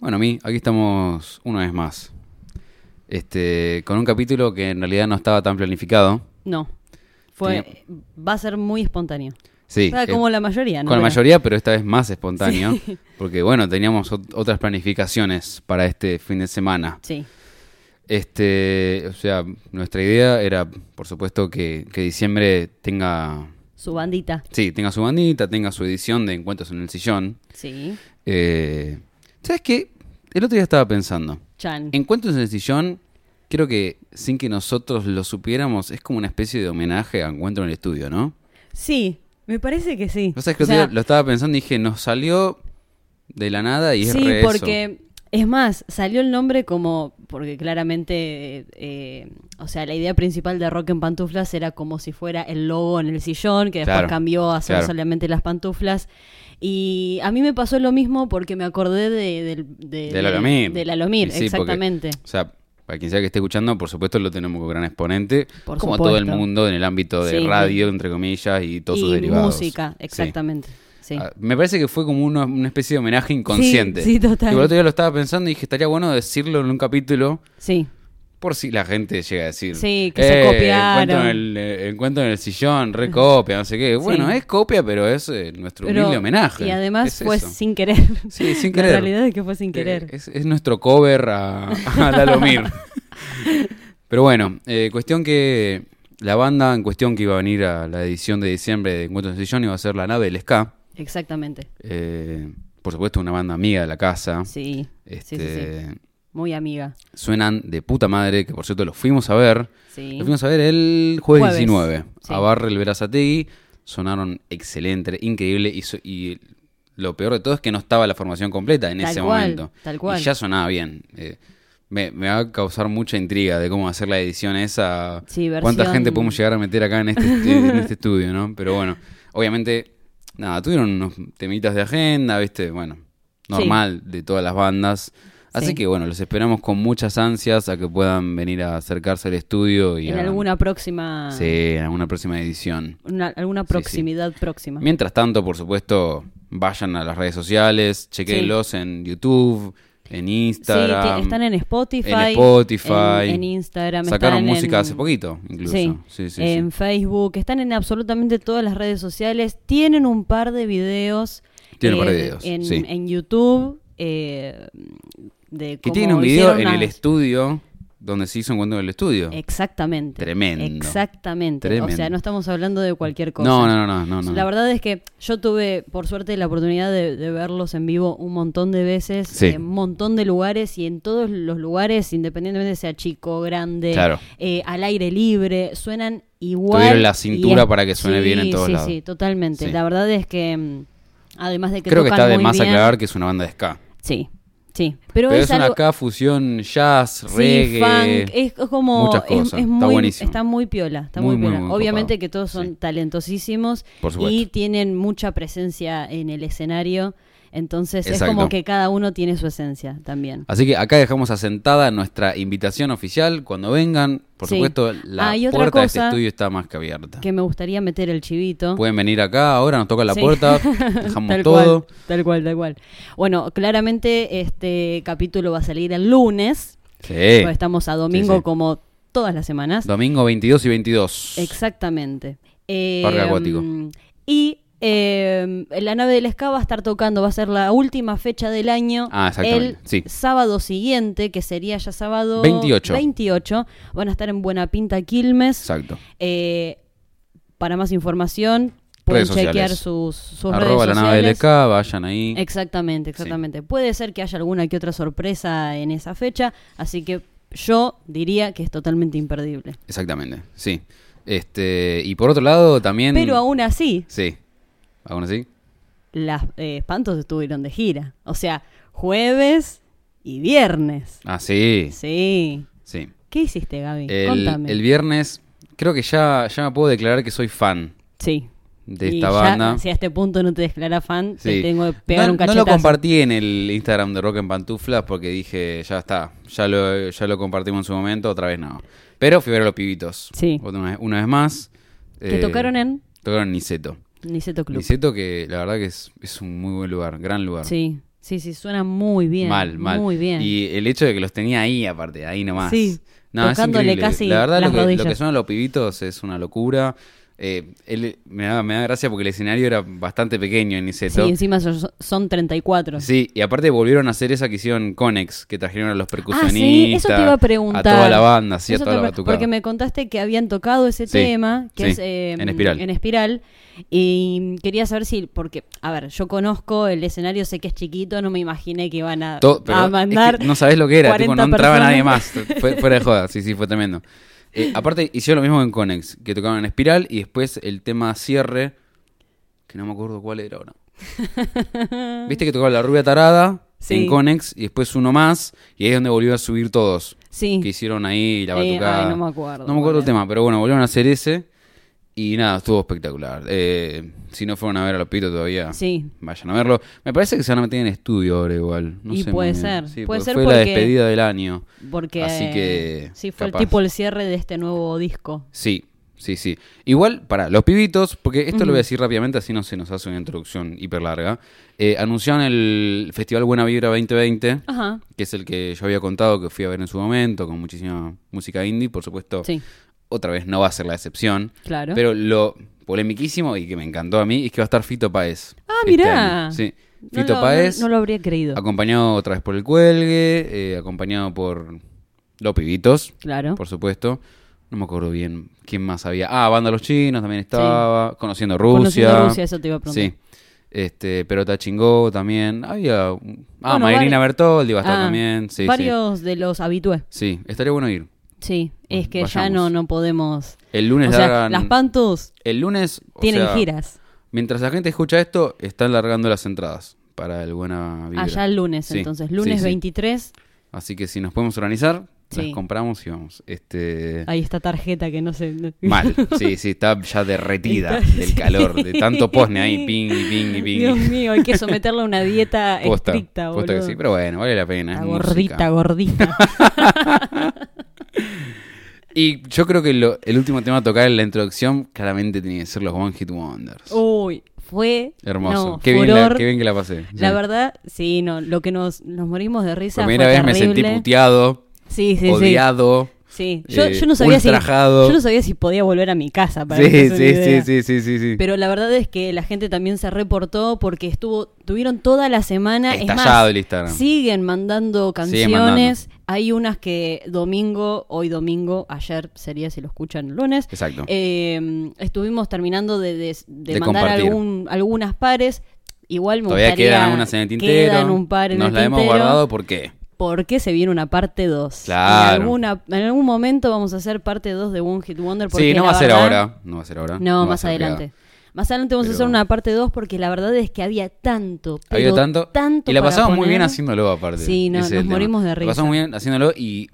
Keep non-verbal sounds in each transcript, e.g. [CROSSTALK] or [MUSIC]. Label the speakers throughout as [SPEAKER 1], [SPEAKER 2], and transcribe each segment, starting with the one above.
[SPEAKER 1] Bueno, Mi, aquí estamos una vez más. Este, con un capítulo que en realidad no estaba tan planificado.
[SPEAKER 2] No. Fue, Va a ser muy espontáneo.
[SPEAKER 1] Sí.
[SPEAKER 2] O sea,
[SPEAKER 1] eh,
[SPEAKER 2] como la mayoría, ¿no?
[SPEAKER 1] con la
[SPEAKER 2] Pero-
[SPEAKER 1] mayoría, pero esta vez más espontáneo. [LAUGHS] Porque bueno, teníamos ot- otras planificaciones para este fin de semana.
[SPEAKER 2] Sí.
[SPEAKER 1] Este, o sea, nuestra idea era, por supuesto, que, que diciembre tenga.
[SPEAKER 2] Su bandita.
[SPEAKER 1] Sí, tenga su bandita, tenga su edición de Encuentros en el Sillón.
[SPEAKER 2] Sí.
[SPEAKER 1] Eh, ¿Sabes qué? El otro día estaba pensando.
[SPEAKER 2] Chan.
[SPEAKER 1] Encuentros en el sillón, creo que sin que nosotros lo supiéramos, es como una especie de homenaje a Encuentro en el estudio, ¿no?
[SPEAKER 2] Sí. Me parece que sí.
[SPEAKER 1] O sea, es que
[SPEAKER 2] O sea,
[SPEAKER 1] otro día lo estaba pensando y dije, nos salió de la nada y es
[SPEAKER 2] sí,
[SPEAKER 1] re eso.
[SPEAKER 2] porque es más, salió el nombre como porque claramente, eh, o sea, la idea principal de Rock en Pantuflas era como si fuera el logo en el sillón, que después
[SPEAKER 1] Claro,
[SPEAKER 2] cambió a ser
[SPEAKER 1] claro.
[SPEAKER 2] solamente las pantuflas. Y a mí me pasó lo mismo porque me acordé de, del de-
[SPEAKER 1] Del Alomir.
[SPEAKER 2] del Alomir,
[SPEAKER 1] Y sí, porque-
[SPEAKER 2] exactamente.
[SPEAKER 1] O sea, para quien sea que esté escuchando, por supuesto lo tenemos como gran exponente,
[SPEAKER 2] Por
[SPEAKER 1] como
[SPEAKER 2] supuesto.
[SPEAKER 1] todo el mundo en el ámbito de
[SPEAKER 2] Sí.
[SPEAKER 1] radio, entre comillas, y todos sus
[SPEAKER 2] y
[SPEAKER 1] derivados.
[SPEAKER 2] música,
[SPEAKER 1] Sí.
[SPEAKER 2] exactamente. Sí.
[SPEAKER 1] Ah, Me parece que fue como una, una especie de homenaje inconsciente.
[SPEAKER 2] sí, total.
[SPEAKER 1] Y el otro día lo estaba pensando y dije, estaría bueno decirlo en un capítulo
[SPEAKER 2] sí.
[SPEAKER 1] Por si la gente llega a decir. "Eh,
[SPEAKER 2] Sí, que se copiaron".
[SPEAKER 1] Encuentro en, el, eh, encuentro en el sillón, recopia, no sé qué. Bueno, es copia, pero es eh, nuestro
[SPEAKER 2] Pero-
[SPEAKER 1] humilde homenaje.
[SPEAKER 2] Y además
[SPEAKER 1] Es
[SPEAKER 2] fue
[SPEAKER 1] eso.
[SPEAKER 2] sin querer.
[SPEAKER 1] Sí, sin
[SPEAKER 2] [LAUGHS] La
[SPEAKER 1] querer.
[SPEAKER 2] realidad es que fue sin querer.
[SPEAKER 1] Eh, es, es nuestro cover a, a
[SPEAKER 2] [LAUGHS]
[SPEAKER 1] Lalomir. pero bueno, eh, cuestión que la banda en cuestión que iba a venir a la edición de diciembre de Encuentro en el sillón iba a ser la nave del Ska.
[SPEAKER 2] Exactamente.
[SPEAKER 1] Eh, por supuesto, una banda amiga de la casa.
[SPEAKER 2] Sí.
[SPEAKER 1] Este,
[SPEAKER 2] Sí, sí, sí. Muy amiga.
[SPEAKER 1] Suenan de puta madre, que por cierto los fuimos a ver.
[SPEAKER 2] Sí.
[SPEAKER 1] Lo fuimos a ver el jueves,
[SPEAKER 2] Jueves,
[SPEAKER 1] 19
[SPEAKER 2] sí.
[SPEAKER 1] a Barrel Verazategui. Sonaron excelente, increíble. Y, so- y lo peor de todo es que no estaba la formación completa en
[SPEAKER 2] Tal
[SPEAKER 1] ese
[SPEAKER 2] cual,
[SPEAKER 1] momento.
[SPEAKER 2] tal cual.
[SPEAKER 1] Y ya sonaba bien. Eh, me, me va a causar mucha intriga de cómo hacer la edición esa.
[SPEAKER 2] Sí, versión-
[SPEAKER 1] Cuánta gente podemos llegar a meter acá en este, estu- en este estudio, ¿no? Pero bueno, obviamente, nada, tuvieron unos temitas de agenda, ¿viste? Bueno, normal de todas las bandas. Así
[SPEAKER 2] Sí.
[SPEAKER 1] que bueno, los esperamos con muchas ansias a que puedan venir a acercarse al estudio y
[SPEAKER 2] En
[SPEAKER 1] a-
[SPEAKER 2] alguna próxima.
[SPEAKER 1] Sí, en alguna próxima edición.
[SPEAKER 2] una- alguna proximidad próxima.
[SPEAKER 1] Mientras tanto, por supuesto, vayan a las redes sociales, chequenlos en YouTube, en
[SPEAKER 2] Sí, ti-
[SPEAKER 1] Instagram.
[SPEAKER 2] están en Spotify.
[SPEAKER 1] en Spotify.
[SPEAKER 2] En, en Instagram.
[SPEAKER 1] Sacaron
[SPEAKER 2] están
[SPEAKER 1] música
[SPEAKER 2] en-
[SPEAKER 1] hace poquito, incluso.
[SPEAKER 2] Sí,
[SPEAKER 1] sí, sí.
[SPEAKER 2] en Facebook, están en absolutamente todas las redes sociales, tienen un par de videos,
[SPEAKER 1] Tienen un par de
[SPEAKER 2] eh,
[SPEAKER 1] videos,
[SPEAKER 2] en,
[SPEAKER 1] sí.
[SPEAKER 2] en YouTube, eh, de
[SPEAKER 1] Que
[SPEAKER 2] cómo
[SPEAKER 1] tiene un video
[SPEAKER 2] hicieron Eh,
[SPEAKER 1] en el
[SPEAKER 2] las-
[SPEAKER 1] estudio donde se hizo encuentro en el estudio.
[SPEAKER 2] Exactamente.
[SPEAKER 1] Tremendo.
[SPEAKER 2] Exactamente.
[SPEAKER 1] Tremendo.
[SPEAKER 2] O sea, no estamos hablando de cualquier cosa.
[SPEAKER 1] No, no, no, no, no.
[SPEAKER 2] La
[SPEAKER 1] no.
[SPEAKER 2] verdad es que yo tuve, por suerte, la oportunidad de, de verlos en vivo un montón de veces,
[SPEAKER 1] Sí.
[SPEAKER 2] en un montón de lugares y en todos los lugares, independientemente sea chico, grande,
[SPEAKER 1] Claro.
[SPEAKER 2] eh, al aire libre, suenan igual.
[SPEAKER 1] Tuvieron la cintura
[SPEAKER 2] y es-
[SPEAKER 1] para que suene
[SPEAKER 2] Sí,
[SPEAKER 1] bien en todos
[SPEAKER 2] sí,
[SPEAKER 1] lados.
[SPEAKER 2] Sí, totalmente.
[SPEAKER 1] Sí.
[SPEAKER 2] La verdad es que, mm, además de que
[SPEAKER 1] Creo que
[SPEAKER 2] tocan
[SPEAKER 1] está de
[SPEAKER 2] muy
[SPEAKER 1] más
[SPEAKER 2] bien-
[SPEAKER 1] aclarar que es una banda de ska.
[SPEAKER 2] Sí, sí.
[SPEAKER 1] Pero,
[SPEAKER 2] Pero,
[SPEAKER 1] es,
[SPEAKER 2] es,
[SPEAKER 1] una
[SPEAKER 2] algo...
[SPEAKER 1] ska fusión, jazz,
[SPEAKER 2] Sí,
[SPEAKER 1] reggae.
[SPEAKER 2] funk, es es como
[SPEAKER 1] muchas
[SPEAKER 2] es-
[SPEAKER 1] cosas.
[SPEAKER 2] es
[SPEAKER 1] Está
[SPEAKER 2] muy,
[SPEAKER 1] buenísimo.
[SPEAKER 2] está muy piola, está
[SPEAKER 1] Muy,
[SPEAKER 2] muy,
[SPEAKER 1] muy,
[SPEAKER 2] piola.
[SPEAKER 1] muy
[SPEAKER 2] Obviamente
[SPEAKER 1] copado.
[SPEAKER 2] que todos son
[SPEAKER 1] Sí.
[SPEAKER 2] talentosísimos
[SPEAKER 1] Por supuesto.
[SPEAKER 2] y tienen mucha presencia en el escenario, entonces
[SPEAKER 1] Exacto.
[SPEAKER 2] es como que cada uno tiene su esencia también.
[SPEAKER 1] Así que acá dejamos asentada nuestra invitación oficial. Cuando vengan, por
[SPEAKER 2] Sí.
[SPEAKER 1] supuesto, la
[SPEAKER 2] Ah, y otra
[SPEAKER 1] puerta de este
[SPEAKER 2] cosa
[SPEAKER 1] estudio está más que abierta.
[SPEAKER 2] Que me gustaría meter el chivito.
[SPEAKER 1] Pueden venir acá, ahora nos toca Ah. la
[SPEAKER 2] Sí. [LAUGHS]
[SPEAKER 1] puerta, dejamos
[SPEAKER 2] Tal
[SPEAKER 1] todo.
[SPEAKER 2] cual, tal cual, tal cual. Bueno, claramente este capítulo va a salir el lunes.
[SPEAKER 1] Sí.
[SPEAKER 2] pues Estamos a domingo
[SPEAKER 1] Eh. Sí, sí.
[SPEAKER 2] como todas las semanas.
[SPEAKER 1] Domingo 22 y 22.
[SPEAKER 2] Exactamente. Eh,
[SPEAKER 1] Parque acuático.
[SPEAKER 2] mm, Y eh, la nave del SCA va a estar tocando, va a ser la última fecha del año.
[SPEAKER 1] Ah, exactamente,
[SPEAKER 2] El
[SPEAKER 1] sí.
[SPEAKER 2] sábado siguiente, que sería ya sábado
[SPEAKER 1] 28.
[SPEAKER 2] 28, Van a estar en Buena Pinta Quilmes.
[SPEAKER 1] Exacto.
[SPEAKER 2] Eh, para más información, pueden
[SPEAKER 1] Redes sociales.
[SPEAKER 2] chequear sus, sus
[SPEAKER 1] Arroba la nave
[SPEAKER 2] redes sociales.
[SPEAKER 1] del ECA, vayan ahí.
[SPEAKER 2] Exactamente, exactamente. Puede ser que haya alguna que otra sorpresa en esa fecha, así que yo diría que es totalmente imperdible.
[SPEAKER 1] Exactamente, sí. Este, y por otro lado también...
[SPEAKER 2] Pero aún así,
[SPEAKER 1] Sí. ¿Aún así?
[SPEAKER 2] las eh, espantos estuvieron de gira. O sea, jueves y viernes.
[SPEAKER 1] Ah, sí.
[SPEAKER 2] Sí.
[SPEAKER 1] Sí.
[SPEAKER 2] ¿Qué hiciste, Gaby?
[SPEAKER 1] El,
[SPEAKER 2] Contame.
[SPEAKER 1] el viernes, creo que ya, ya me puedo declarar que soy fan
[SPEAKER 2] sí.
[SPEAKER 1] de
[SPEAKER 2] Y
[SPEAKER 1] esta
[SPEAKER 2] ya,
[SPEAKER 1] banda.
[SPEAKER 2] Si a este punto no te declaras fan,
[SPEAKER 1] Sí.
[SPEAKER 2] te tengo que pegar
[SPEAKER 1] no,
[SPEAKER 2] un
[SPEAKER 1] no
[SPEAKER 2] cachetazo.
[SPEAKER 1] lo compartí en el Instagram de Rock en Pantuflas porque dije, ya está, ya lo, ya lo compartimos en su momento, otra vez no. Pero fui a ver a los pibitos.
[SPEAKER 2] Sí.
[SPEAKER 1] Otra vez- una vez más. eh,
[SPEAKER 2] Que tocaron en-
[SPEAKER 1] Tocaron en Niceto.
[SPEAKER 2] Niceto Club.
[SPEAKER 1] Niceto que la verdad que es, es un muy buen lugar, gran lugar.
[SPEAKER 2] Sí, sí, Sí, sí, suena muy bien.
[SPEAKER 1] mal, mal.
[SPEAKER 2] Muy bien.
[SPEAKER 1] Y el hecho de que los tenía ahí, aparte, ahí nomás.
[SPEAKER 2] Sí,
[SPEAKER 1] No, es
[SPEAKER 2] tocándole
[SPEAKER 1] increíble.
[SPEAKER 2] casi
[SPEAKER 1] La verdad,
[SPEAKER 2] las
[SPEAKER 1] lo, que, lo
[SPEAKER 2] rodillas.
[SPEAKER 1] que son los pibitos es una locura. Eh, él- me, da, me da gracia porque el escenario era bastante pequeño en
[SPEAKER 2] sí,
[SPEAKER 1] Niceto.
[SPEAKER 2] encima son, son 34.
[SPEAKER 1] Sí, y aparte volvieron a hacer esa que hicieron Conex, que trajeron a los
[SPEAKER 2] Ah,
[SPEAKER 1] percusionistas.
[SPEAKER 2] sí, eso te iba a preguntar.
[SPEAKER 1] toda la banda, sí, a
[SPEAKER 2] Eso
[SPEAKER 1] toda
[SPEAKER 2] te
[SPEAKER 1] la
[SPEAKER 2] pre-
[SPEAKER 1] batucada.
[SPEAKER 2] Porque me contaste que habían tocado ese
[SPEAKER 1] Sí,
[SPEAKER 2] tema, que
[SPEAKER 1] sí,
[SPEAKER 2] es eh,
[SPEAKER 1] en Espiral.
[SPEAKER 2] en espiral, y quería saber si, porque, a ver, yo conozco el escenario, sé que es chiquito, no me imaginé que iban a,
[SPEAKER 1] To- pero
[SPEAKER 2] a
[SPEAKER 1] es que
[SPEAKER 2] mandar.
[SPEAKER 1] no sabés lo que era, tipo,
[SPEAKER 2] 40
[SPEAKER 1] no entraba
[SPEAKER 2] personas.
[SPEAKER 1] nadie más.
[SPEAKER 2] [LAUGHS]
[SPEAKER 1] Fue, fuera de joda, sí, sí, fue tremendo. Eh, aparte, hicieron lo mismo en Conex, que tocaban en espiral y después el tema cierre, que no me acuerdo cuál era
[SPEAKER 2] [LAUGHS]
[SPEAKER 1] ahora. Viste que tocaba la rubia tarada
[SPEAKER 2] Sí.
[SPEAKER 1] en Conex y después uno más, y ahí es donde volvió a subir todos.
[SPEAKER 2] Sí.
[SPEAKER 1] Que hicieron ahí la
[SPEAKER 2] Eh,
[SPEAKER 1] batucada.
[SPEAKER 2] ay, no me acuerdo.
[SPEAKER 1] No me acuerdo el
[SPEAKER 2] boludo.
[SPEAKER 1] tema, pero bueno, volvieron a hacer ese. Y nada, estuvo espectacular. Eh, si no fueron a ver a los pitos todavía,
[SPEAKER 2] Sí.
[SPEAKER 1] vayan a verlo. Me parece que se van a meter en estudio ahora igual. No
[SPEAKER 2] Y
[SPEAKER 1] sé
[SPEAKER 2] puede
[SPEAKER 1] muy bien.
[SPEAKER 2] ser,
[SPEAKER 1] Sí,
[SPEAKER 2] puede
[SPEAKER 1] porque
[SPEAKER 2] ser
[SPEAKER 1] fue la
[SPEAKER 2] porque-
[SPEAKER 1] despedida del año.
[SPEAKER 2] Porque
[SPEAKER 1] Así que,
[SPEAKER 2] sí fue
[SPEAKER 1] capaz.
[SPEAKER 2] el tipo el cierre de este nuevo disco.
[SPEAKER 1] Sí, sí, sí. Igual, para los pibitos, porque esto lo
[SPEAKER 2] Ujú.
[SPEAKER 1] voy a decir rápidamente, así no se nos hace una introducción hiper larga. Eh, anunciaron el Festival Buena Vibra 2020,
[SPEAKER 2] Ajá.
[SPEAKER 1] que es el que yo había contado que fui a ver en su momento, con muchísima música indie. Por supuesto,
[SPEAKER 2] Sí,
[SPEAKER 1] otra vez no va a ser la excepción.
[SPEAKER 2] claro.
[SPEAKER 1] Oh. Pero lo polemiquísimo y que me encantó a mí es que va a estar Fito Paez.
[SPEAKER 2] Ah,
[SPEAKER 1] este
[SPEAKER 2] mirá.
[SPEAKER 1] año. Sí.
[SPEAKER 2] no,
[SPEAKER 1] Fito
[SPEAKER 2] lo,
[SPEAKER 1] Paez,
[SPEAKER 2] no, no lo habría creído.
[SPEAKER 1] acompañado otra vez por El Cuelgue, eh, acompañado por Los Pibitos,
[SPEAKER 2] Claro.
[SPEAKER 1] por supuesto. No me acuerdo bien quién más había. Ah, Banda Los Chinos también estaba, Conociendo Rusia.
[SPEAKER 2] Conociendo Rusia, eso te iba a preguntar.
[SPEAKER 1] Sí. Este, pero Tachingó también. Había. un- Ah,
[SPEAKER 2] Bueno,
[SPEAKER 1] Mayrina
[SPEAKER 2] vari-
[SPEAKER 1] Bertoldi va a estar
[SPEAKER 2] Ah,
[SPEAKER 1] también. Sí, sí.
[SPEAKER 2] varios de los habitués.
[SPEAKER 1] Sí, estaría bueno ir.
[SPEAKER 2] Sí, es que ya
[SPEAKER 1] vayamos.
[SPEAKER 2] no, no podemos.
[SPEAKER 1] El lunes
[SPEAKER 2] o sea,
[SPEAKER 1] largan-
[SPEAKER 2] las Pantus
[SPEAKER 1] El lunes. o
[SPEAKER 2] tienen
[SPEAKER 1] sea,
[SPEAKER 2] giras.
[SPEAKER 1] Mientras la gente escucha esto, están largando las entradas para el Buena Vibra.
[SPEAKER 2] Allá el lunes,
[SPEAKER 1] Sí,
[SPEAKER 2] entonces.
[SPEAKER 1] sí,
[SPEAKER 2] Lunes
[SPEAKER 1] sí.
[SPEAKER 2] 23.
[SPEAKER 1] Así que si nos podemos organizar, las
[SPEAKER 2] Sí.
[SPEAKER 1] compramos y vamos. Este...
[SPEAKER 2] Ahí está tarjeta que no sé.
[SPEAKER 1] [LAUGHS]
[SPEAKER 2] no-
[SPEAKER 1] Mal,
[SPEAKER 2] [LAUGHS]
[SPEAKER 1] sí, sí, está ya derretida
[SPEAKER 2] Está-
[SPEAKER 1] del calor, de tanto posne
[SPEAKER 2] [LAUGHS]
[SPEAKER 1] ahí, ping, y ping, y ping.
[SPEAKER 2] Dios mío, hay que someterla a una dieta
[SPEAKER 1] [LAUGHS] Posta,
[SPEAKER 2] estricta,
[SPEAKER 1] posta que
[SPEAKER 2] boludo.
[SPEAKER 1] sí, pero bueno, vale la pena.
[SPEAKER 2] Está
[SPEAKER 1] es música. [LAUGHS]
[SPEAKER 2] gordita, gordita.
[SPEAKER 1] Y yo creo que lo- el último tema a tocar en la introducción claramente tenía que ser los One Hit Wonders.
[SPEAKER 2] Uy, fue.
[SPEAKER 1] Hermoso.
[SPEAKER 2] Oh, no,
[SPEAKER 1] qué, bien la,
[SPEAKER 2] furor.
[SPEAKER 1] qué bien que la pasé.
[SPEAKER 2] La
[SPEAKER 1] sí.
[SPEAKER 2] verdad, sí, no, lo que nos, nos morimos de risa.
[SPEAKER 1] Por primera
[SPEAKER 2] fue
[SPEAKER 1] vez me
[SPEAKER 2] terrible.
[SPEAKER 1] sentí puteado,
[SPEAKER 2] Sí, sí,
[SPEAKER 1] odiado.
[SPEAKER 2] sí. Sí, yo,
[SPEAKER 1] eh,
[SPEAKER 2] yo no sabía si,
[SPEAKER 1] ultrajado.
[SPEAKER 2] yo no sabía si podía volver a mi casa. Para que te
[SPEAKER 1] Sí,
[SPEAKER 2] des una
[SPEAKER 1] sí, sí,
[SPEAKER 2] idea.
[SPEAKER 1] sí, sí, sí, sí.
[SPEAKER 2] Pero la verdad es que la gente también se reportó porque estuvo, tuvieron toda la semana. es
[SPEAKER 1] Estallado
[SPEAKER 2] más,
[SPEAKER 1] el Instagram.
[SPEAKER 2] Siguen mandando
[SPEAKER 1] Siguen
[SPEAKER 2] canciones. Hay unas que domingo, hoy domingo, ayer sería si lo escuchan el lunes.
[SPEAKER 1] Exacto.
[SPEAKER 2] eh, estuvimos terminando de, de- de
[SPEAKER 1] De
[SPEAKER 2] mandar
[SPEAKER 1] compartir.
[SPEAKER 2] algún, algunas pares. Igual me
[SPEAKER 1] Todavía
[SPEAKER 2] gustaría-
[SPEAKER 1] quedan algunas en el tintero.
[SPEAKER 2] quedan un par en
[SPEAKER 1] Nos
[SPEAKER 2] el
[SPEAKER 1] la hemos
[SPEAKER 2] tintero
[SPEAKER 1] guardado, ¿por qué?
[SPEAKER 2] porque se viene una parte 2.
[SPEAKER 1] Claro.
[SPEAKER 2] En, alguna, en algún momento vamos a hacer parte 2 de One Hit Wonder. Porque
[SPEAKER 1] Sí, no
[SPEAKER 2] la
[SPEAKER 1] va a ser
[SPEAKER 2] verdad-
[SPEAKER 1] ahora. No va a ser ahora.
[SPEAKER 2] No,
[SPEAKER 1] va a
[SPEAKER 2] más
[SPEAKER 1] ser pegada.
[SPEAKER 2] adelante. Más adelante vamos
[SPEAKER 1] Pero-
[SPEAKER 2] a hacer una parte 2 porque la verdad es que había tanto.
[SPEAKER 1] Había
[SPEAKER 2] pero
[SPEAKER 1] tanto, Y la
[SPEAKER 2] para
[SPEAKER 1] pasamos muy
[SPEAKER 2] poner.
[SPEAKER 1] bien haciéndolo, aparte.
[SPEAKER 2] Sí, no,
[SPEAKER 1] Ese es
[SPEAKER 2] nos
[SPEAKER 1] el tema.
[SPEAKER 2] morimos de
[SPEAKER 1] La
[SPEAKER 2] risa.
[SPEAKER 1] pasamos muy bien haciéndolo y,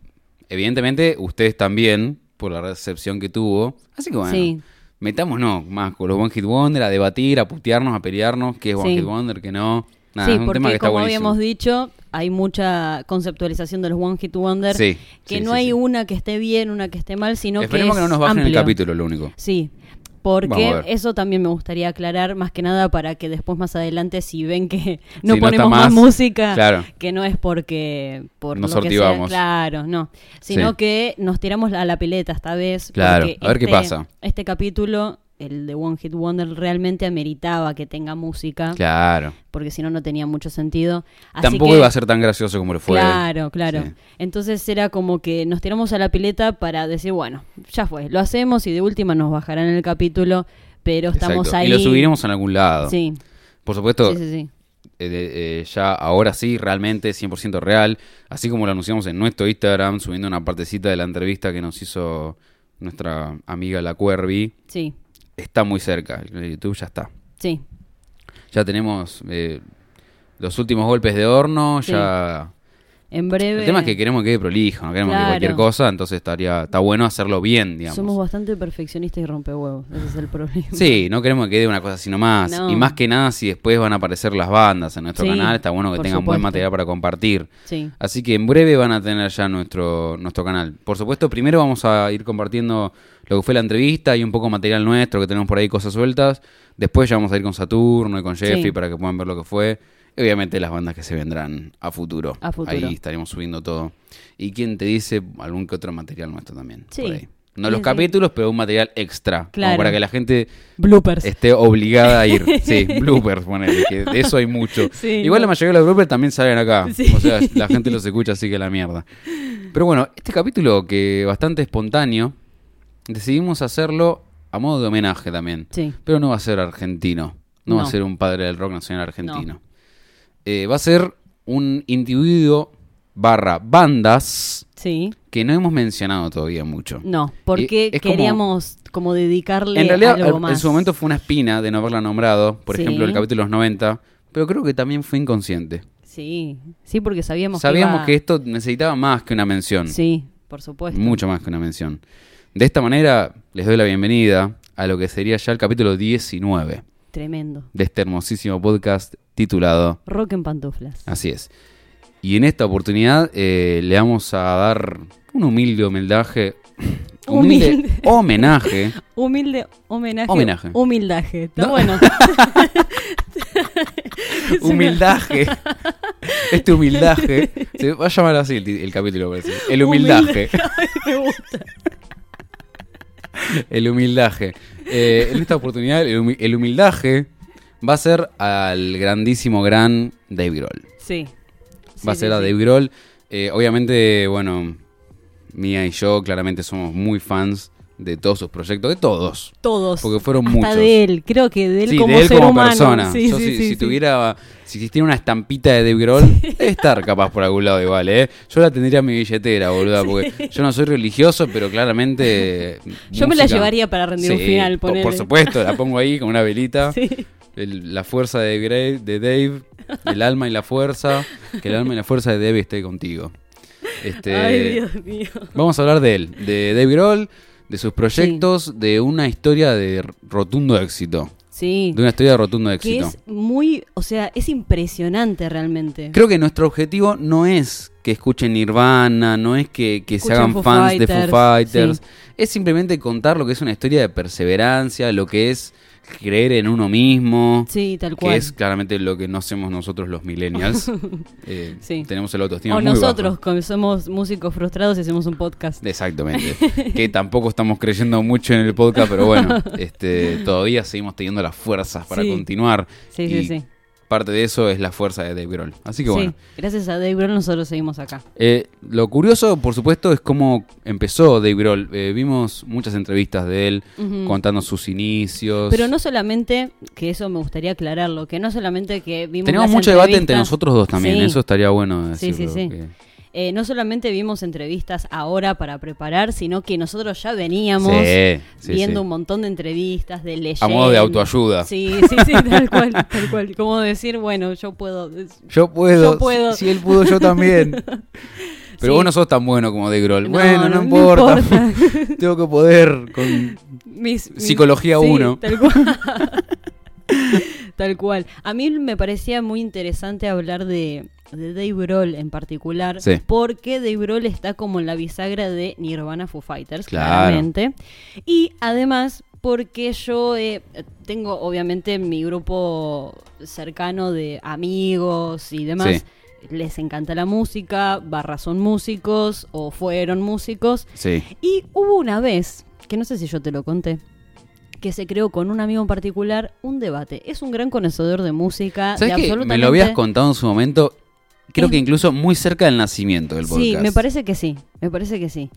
[SPEAKER 1] evidentemente, ustedes también, por la recepción que tuvo. Así que bueno.
[SPEAKER 2] Sí.
[SPEAKER 1] Metámonos más con los One Hit Wonder, a debatir, a putearnos, a pelearnos, qué es One
[SPEAKER 2] Sí.
[SPEAKER 1] Hit Wonder, qué no. Nada,
[SPEAKER 2] sí,
[SPEAKER 1] es un
[SPEAKER 2] porque
[SPEAKER 1] tema que está
[SPEAKER 2] como
[SPEAKER 1] buenísimo.
[SPEAKER 2] habíamos dicho, hay mucha conceptualización de los One Hit Wonder.
[SPEAKER 1] Sí,
[SPEAKER 2] Que
[SPEAKER 1] sí,
[SPEAKER 2] no
[SPEAKER 1] sí,
[SPEAKER 2] hay
[SPEAKER 1] sí.
[SPEAKER 2] una que esté bien, una que esté mal, sino
[SPEAKER 1] Esperemos que,
[SPEAKER 2] que. es
[SPEAKER 1] no nos bajen el
[SPEAKER 2] amplio.
[SPEAKER 1] capítulo, lo único.
[SPEAKER 2] Sí,
[SPEAKER 1] Vamos a
[SPEAKER 2] porque
[SPEAKER 1] ver.
[SPEAKER 2] eso también me gustaría aclarar, más que nada para que después más adelante si
[SPEAKER 1] [LAUGHS]
[SPEAKER 2] ven que no
[SPEAKER 1] Si no está
[SPEAKER 2] ponemos más,
[SPEAKER 1] más,
[SPEAKER 2] música,
[SPEAKER 1] claro.
[SPEAKER 2] que no es porque por
[SPEAKER 1] Nos
[SPEAKER 2] lo que
[SPEAKER 1] sortivamos.
[SPEAKER 2] sea, claro, no, sino
[SPEAKER 1] Sí.
[SPEAKER 2] que nos tiramos a la pileta esta vez.
[SPEAKER 1] Claro,
[SPEAKER 2] porque
[SPEAKER 1] a ver qué
[SPEAKER 2] este-
[SPEAKER 1] pasa.
[SPEAKER 2] Este capítulo, el de One Hit Wonder, realmente ameritaba que tenga música,
[SPEAKER 1] Claro.
[SPEAKER 2] porque si no no tenía mucho sentido. Así
[SPEAKER 1] Tampoco
[SPEAKER 2] que-
[SPEAKER 1] iba a ser tan gracioso como lo fue.
[SPEAKER 2] Claro, claro.
[SPEAKER 1] Sí.
[SPEAKER 2] Entonces era como que nos tiramos a la pileta para decir, bueno, ya fue, lo hacemos y de última nos bajarán el capítulo, pero estamos
[SPEAKER 1] Exacto.
[SPEAKER 2] ahí.
[SPEAKER 1] Y lo subiremos en algún lado.
[SPEAKER 2] Sí,
[SPEAKER 1] Por supuesto,
[SPEAKER 2] sí, sí, sí.
[SPEAKER 1] eh, de- eh, ya ahora sí, realmente 100% real, así como lo anunciamos en nuestro Instagram, subiendo una partecita de la entrevista que nos hizo nuestra amiga La Cuervi,
[SPEAKER 2] Sí,
[SPEAKER 1] está muy cerca, el YouTube ya está.
[SPEAKER 2] sí.
[SPEAKER 1] Ya tenemos eh, los últimos golpes de horno,
[SPEAKER 2] Sí.
[SPEAKER 1] ya...
[SPEAKER 2] En breve.
[SPEAKER 1] El tema es que queremos que quede prolijo, no queremos que
[SPEAKER 2] Claro.
[SPEAKER 1] cualquier cosa, entonces estaría, está bueno hacerlo bien, digamos.
[SPEAKER 2] somos bastante perfeccionistas y rompehuevos, ese es el [LAUGHS] problema.
[SPEAKER 1] Sí, no queremos que quede una cosa así nomás.
[SPEAKER 2] No.
[SPEAKER 1] Y más que nada, si después van a aparecer las bandas en nuestro
[SPEAKER 2] Sí,
[SPEAKER 1] canal, está bueno que
[SPEAKER 2] por
[SPEAKER 1] tengan buen
[SPEAKER 2] supuesto.
[SPEAKER 1] material para compartir.
[SPEAKER 2] Sí.
[SPEAKER 1] Así que en breve van a tener ya nuestro, nuestro canal. Por supuesto, primero vamos a ir compartiendo lo que fue la entrevista y un poco material nuestro que tenemos por ahí, cosas sueltas. Después ya vamos a ir con Saturno y con Jeffy
[SPEAKER 2] Sí.
[SPEAKER 1] para que puedan ver lo que fue. Y obviamente las bandas que se vendrán a futuro.
[SPEAKER 2] A futuro.
[SPEAKER 1] Ahí estaremos subiendo todo. Y quién te dice algún que otro material nuestro también.
[SPEAKER 2] Sí.
[SPEAKER 1] por ahí. No los
[SPEAKER 2] Sí, sí.
[SPEAKER 1] capítulos, pero un material extra.
[SPEAKER 2] Claro.
[SPEAKER 1] Como para que la gente
[SPEAKER 2] Bloopers.
[SPEAKER 1] esté obligada a
[SPEAKER 2] [LAUGHS]
[SPEAKER 1] ir. Sí, bloopers, ponele, que de eso hay mucho.
[SPEAKER 2] Sí,
[SPEAKER 1] Igual
[SPEAKER 2] no.
[SPEAKER 1] la mayoría de los bloopers también salen acá.
[SPEAKER 2] Sí.
[SPEAKER 1] O sea, la gente los escucha así que la mierda. Pero bueno, este capítulo que bastante espontáneo, decidimos hacerlo a modo de homenaje también.
[SPEAKER 2] Sí.
[SPEAKER 1] Pero no va a ser argentino. No, va
[SPEAKER 2] No.
[SPEAKER 1] a ser un padre del rock nacional argentino. Eh, va a ser un individuo barra bandas
[SPEAKER 2] Sí.
[SPEAKER 1] que no hemos mencionado todavía mucho.
[SPEAKER 2] No,
[SPEAKER 1] Eh,
[SPEAKER 2] porque
[SPEAKER 1] es como-
[SPEAKER 2] queríamos como, dedicarle
[SPEAKER 1] En realidad, eh,
[SPEAKER 2] algo
[SPEAKER 1] en-
[SPEAKER 2] más.
[SPEAKER 1] en su momento fue una espina de no haberla nombrado, por
[SPEAKER 2] Sí.
[SPEAKER 1] ejemplo, el capítulo de los 90, pero creo que también fue inconsciente.
[SPEAKER 2] Sí, sí, porque sabíamos,
[SPEAKER 1] Sabíamos que
[SPEAKER 2] que, iba-
[SPEAKER 1] esto necesitaba más que una mención,
[SPEAKER 2] Sí, por supuesto.
[SPEAKER 1] mucho más que una mención. De esta manera, les doy la bienvenida a lo que sería ya el capítulo 19
[SPEAKER 2] Tremendo.
[SPEAKER 1] de este hermosísimo podcast titulado
[SPEAKER 2] Rock en pantuflas.
[SPEAKER 1] Así es. Y en esta oportunidad eh, le vamos a dar un humilde homenaje. Humilde,
[SPEAKER 2] Humilde.
[SPEAKER 1] homenaje.
[SPEAKER 2] Humilde homenaje.
[SPEAKER 1] Homenaje.
[SPEAKER 2] Humildaje. Está
[SPEAKER 1] No. [LAUGHS]
[SPEAKER 2] bueno. Es una-
[SPEAKER 1] Humildaje. [LAUGHS] Este
[SPEAKER 2] [LAUGHS]
[SPEAKER 1] humildaje. Se va a llamar así el, ti- el capítulo, parece. El humildaje.
[SPEAKER 2] Humilde- Ay, me gusta.
[SPEAKER 1] El humildaje. Eh, en esta oportunidad, el, humi- el humildaje va a ser al grandísimo gran Dave Grohl.
[SPEAKER 2] Sí.
[SPEAKER 1] va a
[SPEAKER 2] Sí,
[SPEAKER 1] ser
[SPEAKER 2] sí,
[SPEAKER 1] a
[SPEAKER 2] sí.
[SPEAKER 1] Dave Grohl. Eh, obviamente, bueno, Mía y yo claramente somos muy fans de todos sus proyectos, de todos.
[SPEAKER 2] Todos.
[SPEAKER 1] Porque fueron
[SPEAKER 2] Hasta
[SPEAKER 1] muchos.
[SPEAKER 2] de él. Creo que de él
[SPEAKER 1] sí,
[SPEAKER 2] como
[SPEAKER 1] de él
[SPEAKER 2] ser
[SPEAKER 1] como
[SPEAKER 2] humano.
[SPEAKER 1] persona.
[SPEAKER 2] Sí,
[SPEAKER 1] Yo
[SPEAKER 2] sí,
[SPEAKER 1] si,
[SPEAKER 2] sí,
[SPEAKER 1] si
[SPEAKER 2] sí.
[SPEAKER 1] tuviera, si existiera una estampita de Dave Grohl, debe estar capaz por algún lado igual, ¿eh? Yo la tendría en mi billetera, boluda, porque yo no soy religioso, pero claramente...
[SPEAKER 2] Yo me la
[SPEAKER 1] música-
[SPEAKER 2] llevaría para rendir un
[SPEAKER 1] Sí,
[SPEAKER 2] final,
[SPEAKER 1] por, por
[SPEAKER 2] ponele.
[SPEAKER 1] supuesto, la pongo ahí con una velita.
[SPEAKER 2] Sí.
[SPEAKER 1] El- la fuerza de, Gra- de Dave, el alma y la fuerza, que el alma y la fuerza de Dave esté contigo. Este,
[SPEAKER 2] Ay, Dios mío.
[SPEAKER 1] Vamos a hablar de él, de Dave Grohl, de sus proyectos, de una historia de rotundo éxito.
[SPEAKER 2] Sí.
[SPEAKER 1] De una historia de rotundo
[SPEAKER 2] que
[SPEAKER 1] éxito.
[SPEAKER 2] es muy, o sea, es impresionante realmente.
[SPEAKER 1] Creo que nuestro objetivo no es que escuchen Nirvana, no es que, que se
[SPEAKER 2] Escuchen
[SPEAKER 1] hagan
[SPEAKER 2] Foo
[SPEAKER 1] fans de Foo
[SPEAKER 2] Fighters,
[SPEAKER 1] Fighters.
[SPEAKER 2] sí.
[SPEAKER 1] Es simplemente contar lo que es una historia de perseverancia, lo que es creer en uno mismo.
[SPEAKER 2] sí, tal
[SPEAKER 1] que
[SPEAKER 2] cual.
[SPEAKER 1] es claramente lo que no hacemos nosotros los
[SPEAKER 2] [LAUGHS]
[SPEAKER 1] millennials. Eh,
[SPEAKER 2] Sí.
[SPEAKER 1] Tenemos el autoestima
[SPEAKER 2] o
[SPEAKER 1] muy
[SPEAKER 2] nosotros,
[SPEAKER 1] bajo.
[SPEAKER 2] como somos músicos frustrados, y hacemos un podcast. [LAUGHS]
[SPEAKER 1] Exactamente. que tampoco estamos creyendo mucho en el podcast, pero bueno,
[SPEAKER 2] [LAUGHS]
[SPEAKER 1] este, todavía seguimos teniendo las fuerzas para
[SPEAKER 2] Sí.
[SPEAKER 1] continuar.
[SPEAKER 2] Sí,
[SPEAKER 1] y
[SPEAKER 2] sí, sí.
[SPEAKER 1] Parte de eso es la fuerza de Dave Grohl. Así que
[SPEAKER 2] Sí,
[SPEAKER 1] bueno.
[SPEAKER 2] Gracias a Dave Grohl nosotros seguimos acá.
[SPEAKER 1] Eh, lo curioso, por supuesto, es cómo empezó Dave Grohl. Eh, vimos muchas entrevistas de él
[SPEAKER 2] Ujú.
[SPEAKER 1] contando sus inicios.
[SPEAKER 2] Pero no solamente, que eso me gustaría aclararlo, que no solamente que vimos
[SPEAKER 1] Tenemos
[SPEAKER 2] las
[SPEAKER 1] mucho debate entre
[SPEAKER 2] entrevistas-
[SPEAKER 1] nosotros dos también.
[SPEAKER 2] Sí.
[SPEAKER 1] Eso estaría bueno
[SPEAKER 2] Sí,
[SPEAKER 1] decirlo.
[SPEAKER 2] sí, sí.
[SPEAKER 1] que-
[SPEAKER 2] Eh, no solamente vimos entrevistas ahora para preparar, sino que nosotros ya veníamos
[SPEAKER 1] Sí, sí,
[SPEAKER 2] viendo
[SPEAKER 1] sí.
[SPEAKER 2] un montón de entrevistas, de leyes.
[SPEAKER 1] A modo de autoayuda.
[SPEAKER 2] Sí, sí, sí, tal cual, tal cual. Como decir, bueno, yo puedo. es-
[SPEAKER 1] Yo puedo.
[SPEAKER 2] Yo puedo.
[SPEAKER 1] Si, si él pudo, yo
[SPEAKER 2] [LAUGHS]
[SPEAKER 1] también. Pero
[SPEAKER 2] Sí.
[SPEAKER 1] vos no sos tan bueno como De Grohl.
[SPEAKER 2] No,
[SPEAKER 1] bueno, no,
[SPEAKER 2] no, no
[SPEAKER 1] importa.
[SPEAKER 2] importa.
[SPEAKER 1] [LAUGHS] Tengo que poder con
[SPEAKER 2] mis- mis-
[SPEAKER 1] Psicología
[SPEAKER 2] sí,
[SPEAKER 1] uno. [LAUGHS]
[SPEAKER 2] Tal cual. Tal cual. A mí me parecía muy interesante hablar de, de Dave Grohl en particular,
[SPEAKER 1] Sí.
[SPEAKER 2] porque Dave Grohl está como en la bisagra de Nirvana Foo Fighters,
[SPEAKER 1] Claro.
[SPEAKER 2] claramente. Y además porque yo eh, tengo obviamente mi grupo cercano de amigos y demás.
[SPEAKER 1] Sí.
[SPEAKER 2] Les encanta la música, barra son músicos o fueron músicos.
[SPEAKER 1] Sí.
[SPEAKER 2] Y hubo una vez, que no sé si yo te lo conté, que se creó con un amigo en particular un debate. Es un gran conocedor de música.
[SPEAKER 1] ¿Sabes
[SPEAKER 2] de
[SPEAKER 1] Ah, qué?
[SPEAKER 2] absolutamente...
[SPEAKER 1] Me lo habías contado en su momento. Creo
[SPEAKER 2] Es-
[SPEAKER 1] que incluso muy cerca del nacimiento del podcast.
[SPEAKER 2] Sí, me parece que sí, me parece que sí.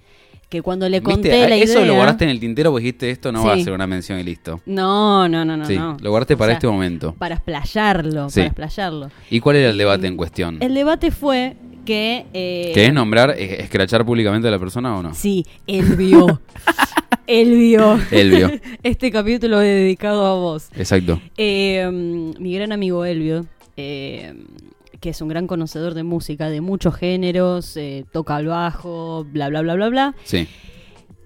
[SPEAKER 2] Que cuando le
[SPEAKER 1] ¿Viste?
[SPEAKER 2] conté
[SPEAKER 1] A-
[SPEAKER 2] la idea...
[SPEAKER 1] Eso lo guardaste en el tintero porque dijiste esto no va a
[SPEAKER 2] Sí.
[SPEAKER 1] ser una mención y listo.
[SPEAKER 2] No, no, no, no.
[SPEAKER 1] sí,
[SPEAKER 2] no.
[SPEAKER 1] lo guardaste
[SPEAKER 2] O
[SPEAKER 1] para
[SPEAKER 2] sea,
[SPEAKER 1] este momento.
[SPEAKER 2] Para explayarlo,
[SPEAKER 1] Sí. Mm.
[SPEAKER 2] para explayarlo.
[SPEAKER 1] ¿Y cuál era el debate en cuestión?
[SPEAKER 2] El debate fue que... eh,
[SPEAKER 1] ¿Que es nombrar, eh, escrachar públicamente a la persona o no?
[SPEAKER 2] Sí, él
[SPEAKER 1] [LAUGHS]
[SPEAKER 2] vio. él vio. [LAUGHS]
[SPEAKER 1] Elvio,
[SPEAKER 2] Este capítulo es dedicado a vos.
[SPEAKER 1] exacto.
[SPEAKER 2] Eh, mm, mi gran amigo Elvio, eh, que es un gran conocedor de música, de muchos géneros, eh, toca el bajo, bla, bla, bla, bla, bla.
[SPEAKER 1] Sí,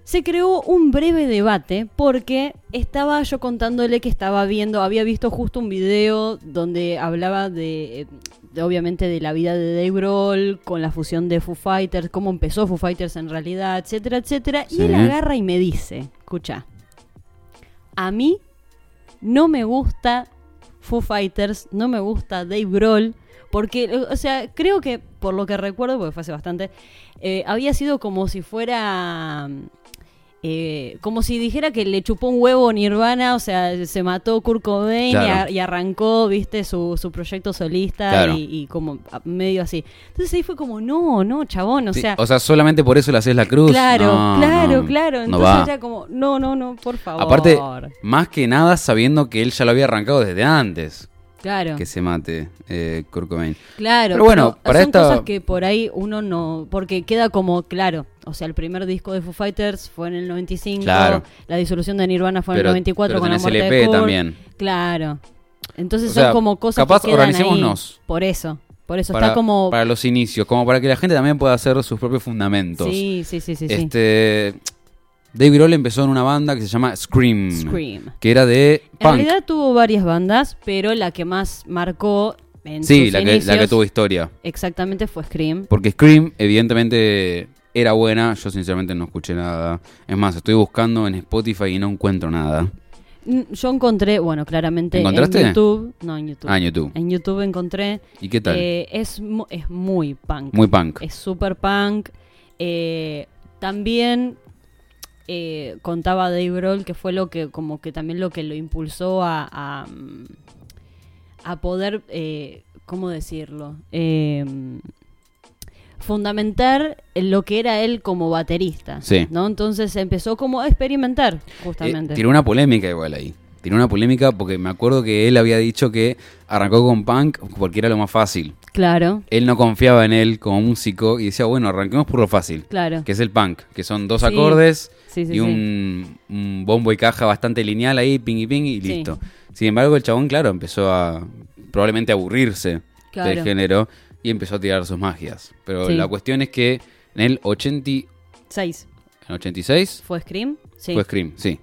[SPEAKER 2] Se creó un breve debate porque estaba yo contándole que estaba viendo, había visto justo un video donde hablaba de, eh, de, obviamente, de la vida de Dave Grohl con la fusión de Foo Fighters, cómo empezó Foo Fighters en realidad, etcétera, etcétera.
[SPEAKER 1] Sí.
[SPEAKER 2] Y él agarra y me dice, escucha, a mí no me gusta Foo Fighters, no me gusta Dave Grohl, Porque, eh, o sea, creo que, por lo que recuerdo, porque fue hace bastante, eh, había sido como si fuera. mm, eh, como si dijera que le chupó un huevo Nirvana, o sea, se mató Kurt Cobain y,
[SPEAKER 1] Claro.
[SPEAKER 2] a- y arrancó, viste, su, su proyecto solista
[SPEAKER 1] Claro.
[SPEAKER 2] y, y como a- medio así. Entonces ahí fue como, no, no, chabón, o
[SPEAKER 1] Sí,
[SPEAKER 2] sea,
[SPEAKER 1] solamente por eso le haces la cruz.
[SPEAKER 2] claro,
[SPEAKER 1] No,
[SPEAKER 2] claro,
[SPEAKER 1] no,
[SPEAKER 2] claro.
[SPEAKER 1] no
[SPEAKER 2] Entonces
[SPEAKER 1] va.
[SPEAKER 2] era como, no, no, no, por favor.
[SPEAKER 1] Aparte, más que nada sabiendo que él ya lo había arrancado desde antes
[SPEAKER 2] claro.
[SPEAKER 1] que se mate eh, Kurt Cobain.
[SPEAKER 2] Claro,
[SPEAKER 1] Pero bueno, para
[SPEAKER 2] son
[SPEAKER 1] esta-
[SPEAKER 2] cosas que por ahí uno no, porque queda como claro, o sea, el primer disco de Foo Fighters fue en el 95,
[SPEAKER 1] Claro.
[SPEAKER 2] la disolución de Nirvana fue en el
[SPEAKER 1] Pero-
[SPEAKER 2] 94
[SPEAKER 1] pero
[SPEAKER 2] con la
[SPEAKER 1] tenés
[SPEAKER 2] muerte
[SPEAKER 1] LP
[SPEAKER 2] de Kurt.
[SPEAKER 1] también.
[SPEAKER 2] Claro. Entonces
[SPEAKER 1] O
[SPEAKER 2] son
[SPEAKER 1] sea,
[SPEAKER 2] como cosas
[SPEAKER 1] capaz
[SPEAKER 2] que quedan ahí.
[SPEAKER 1] organicémonos.
[SPEAKER 2] Por eso, por eso
[SPEAKER 1] Para,
[SPEAKER 2] está como
[SPEAKER 1] para los inicios, como para que la gente también pueda hacer sus propios fundamentos.
[SPEAKER 2] Sí, sí, sí, sí, sí.
[SPEAKER 1] este, Dave Grohl empezó en una banda que se llama Scream,
[SPEAKER 2] Scream.
[SPEAKER 1] que era de
[SPEAKER 2] En
[SPEAKER 1] mm, punk.
[SPEAKER 2] realidad tuvo varias bandas, pero la que más marcó en
[SPEAKER 1] sí,
[SPEAKER 2] sus
[SPEAKER 1] la que, la que
[SPEAKER 2] inicios
[SPEAKER 1] tuvo historia.
[SPEAKER 2] exactamente fue Scream.
[SPEAKER 1] Porque Scream, evidentemente, era buena. Yo, sinceramente, no escuché nada. Es más, estoy buscando en Spotify y no encuentro nada.
[SPEAKER 2] N- Yo encontré, bueno, claramente
[SPEAKER 1] ¿Encontraste?
[SPEAKER 2] en YouTube, no en YouTube.
[SPEAKER 1] Ah, en YouTube.
[SPEAKER 2] En YouTube encontré.
[SPEAKER 1] ¿Y qué tal?
[SPEAKER 2] eh, es, mu- es muy punk.
[SPEAKER 1] Muy punk. Eh,
[SPEAKER 2] Es super punk. Eh, también eh, contaba Dave Grohl que fue lo que, como que también lo que lo impulsó a. a, mm, a poder. eh, ¿Cómo decirlo? Eh, fundamentar lo que era él como baterista,
[SPEAKER 1] Sí.
[SPEAKER 2] ¿no? Entonces empezó como a experimentar, justamente.
[SPEAKER 1] Eh, tiró una polémica igual ahí. Tiró una polémica porque me acuerdo que él había dicho que arrancó con punk porque era lo más fácil.
[SPEAKER 2] Claro,
[SPEAKER 1] Él no confiaba en él como músico y decía, bueno, arranquemos por lo fácil,
[SPEAKER 2] claro.
[SPEAKER 1] que es el punk, que son dos
[SPEAKER 2] Sí.
[SPEAKER 1] acordes
[SPEAKER 2] Sí, sí,
[SPEAKER 1] y
[SPEAKER 2] sí.
[SPEAKER 1] un, un bombo y caja bastante lineal ahí, ping y ping, y
[SPEAKER 2] Sí.
[SPEAKER 1] listo. Sin embargo, el chabón, claro, empezó a probablemente a aburrirse del
[SPEAKER 2] Claro.
[SPEAKER 1] género y empezó a tirar sus magias. Pero
[SPEAKER 2] Sí.
[SPEAKER 1] la cuestión es que en el 80, y-
[SPEAKER 2] Seis.
[SPEAKER 1] en 86
[SPEAKER 2] ¿Fue Scream? Sí.
[SPEAKER 1] fue Scream, sí.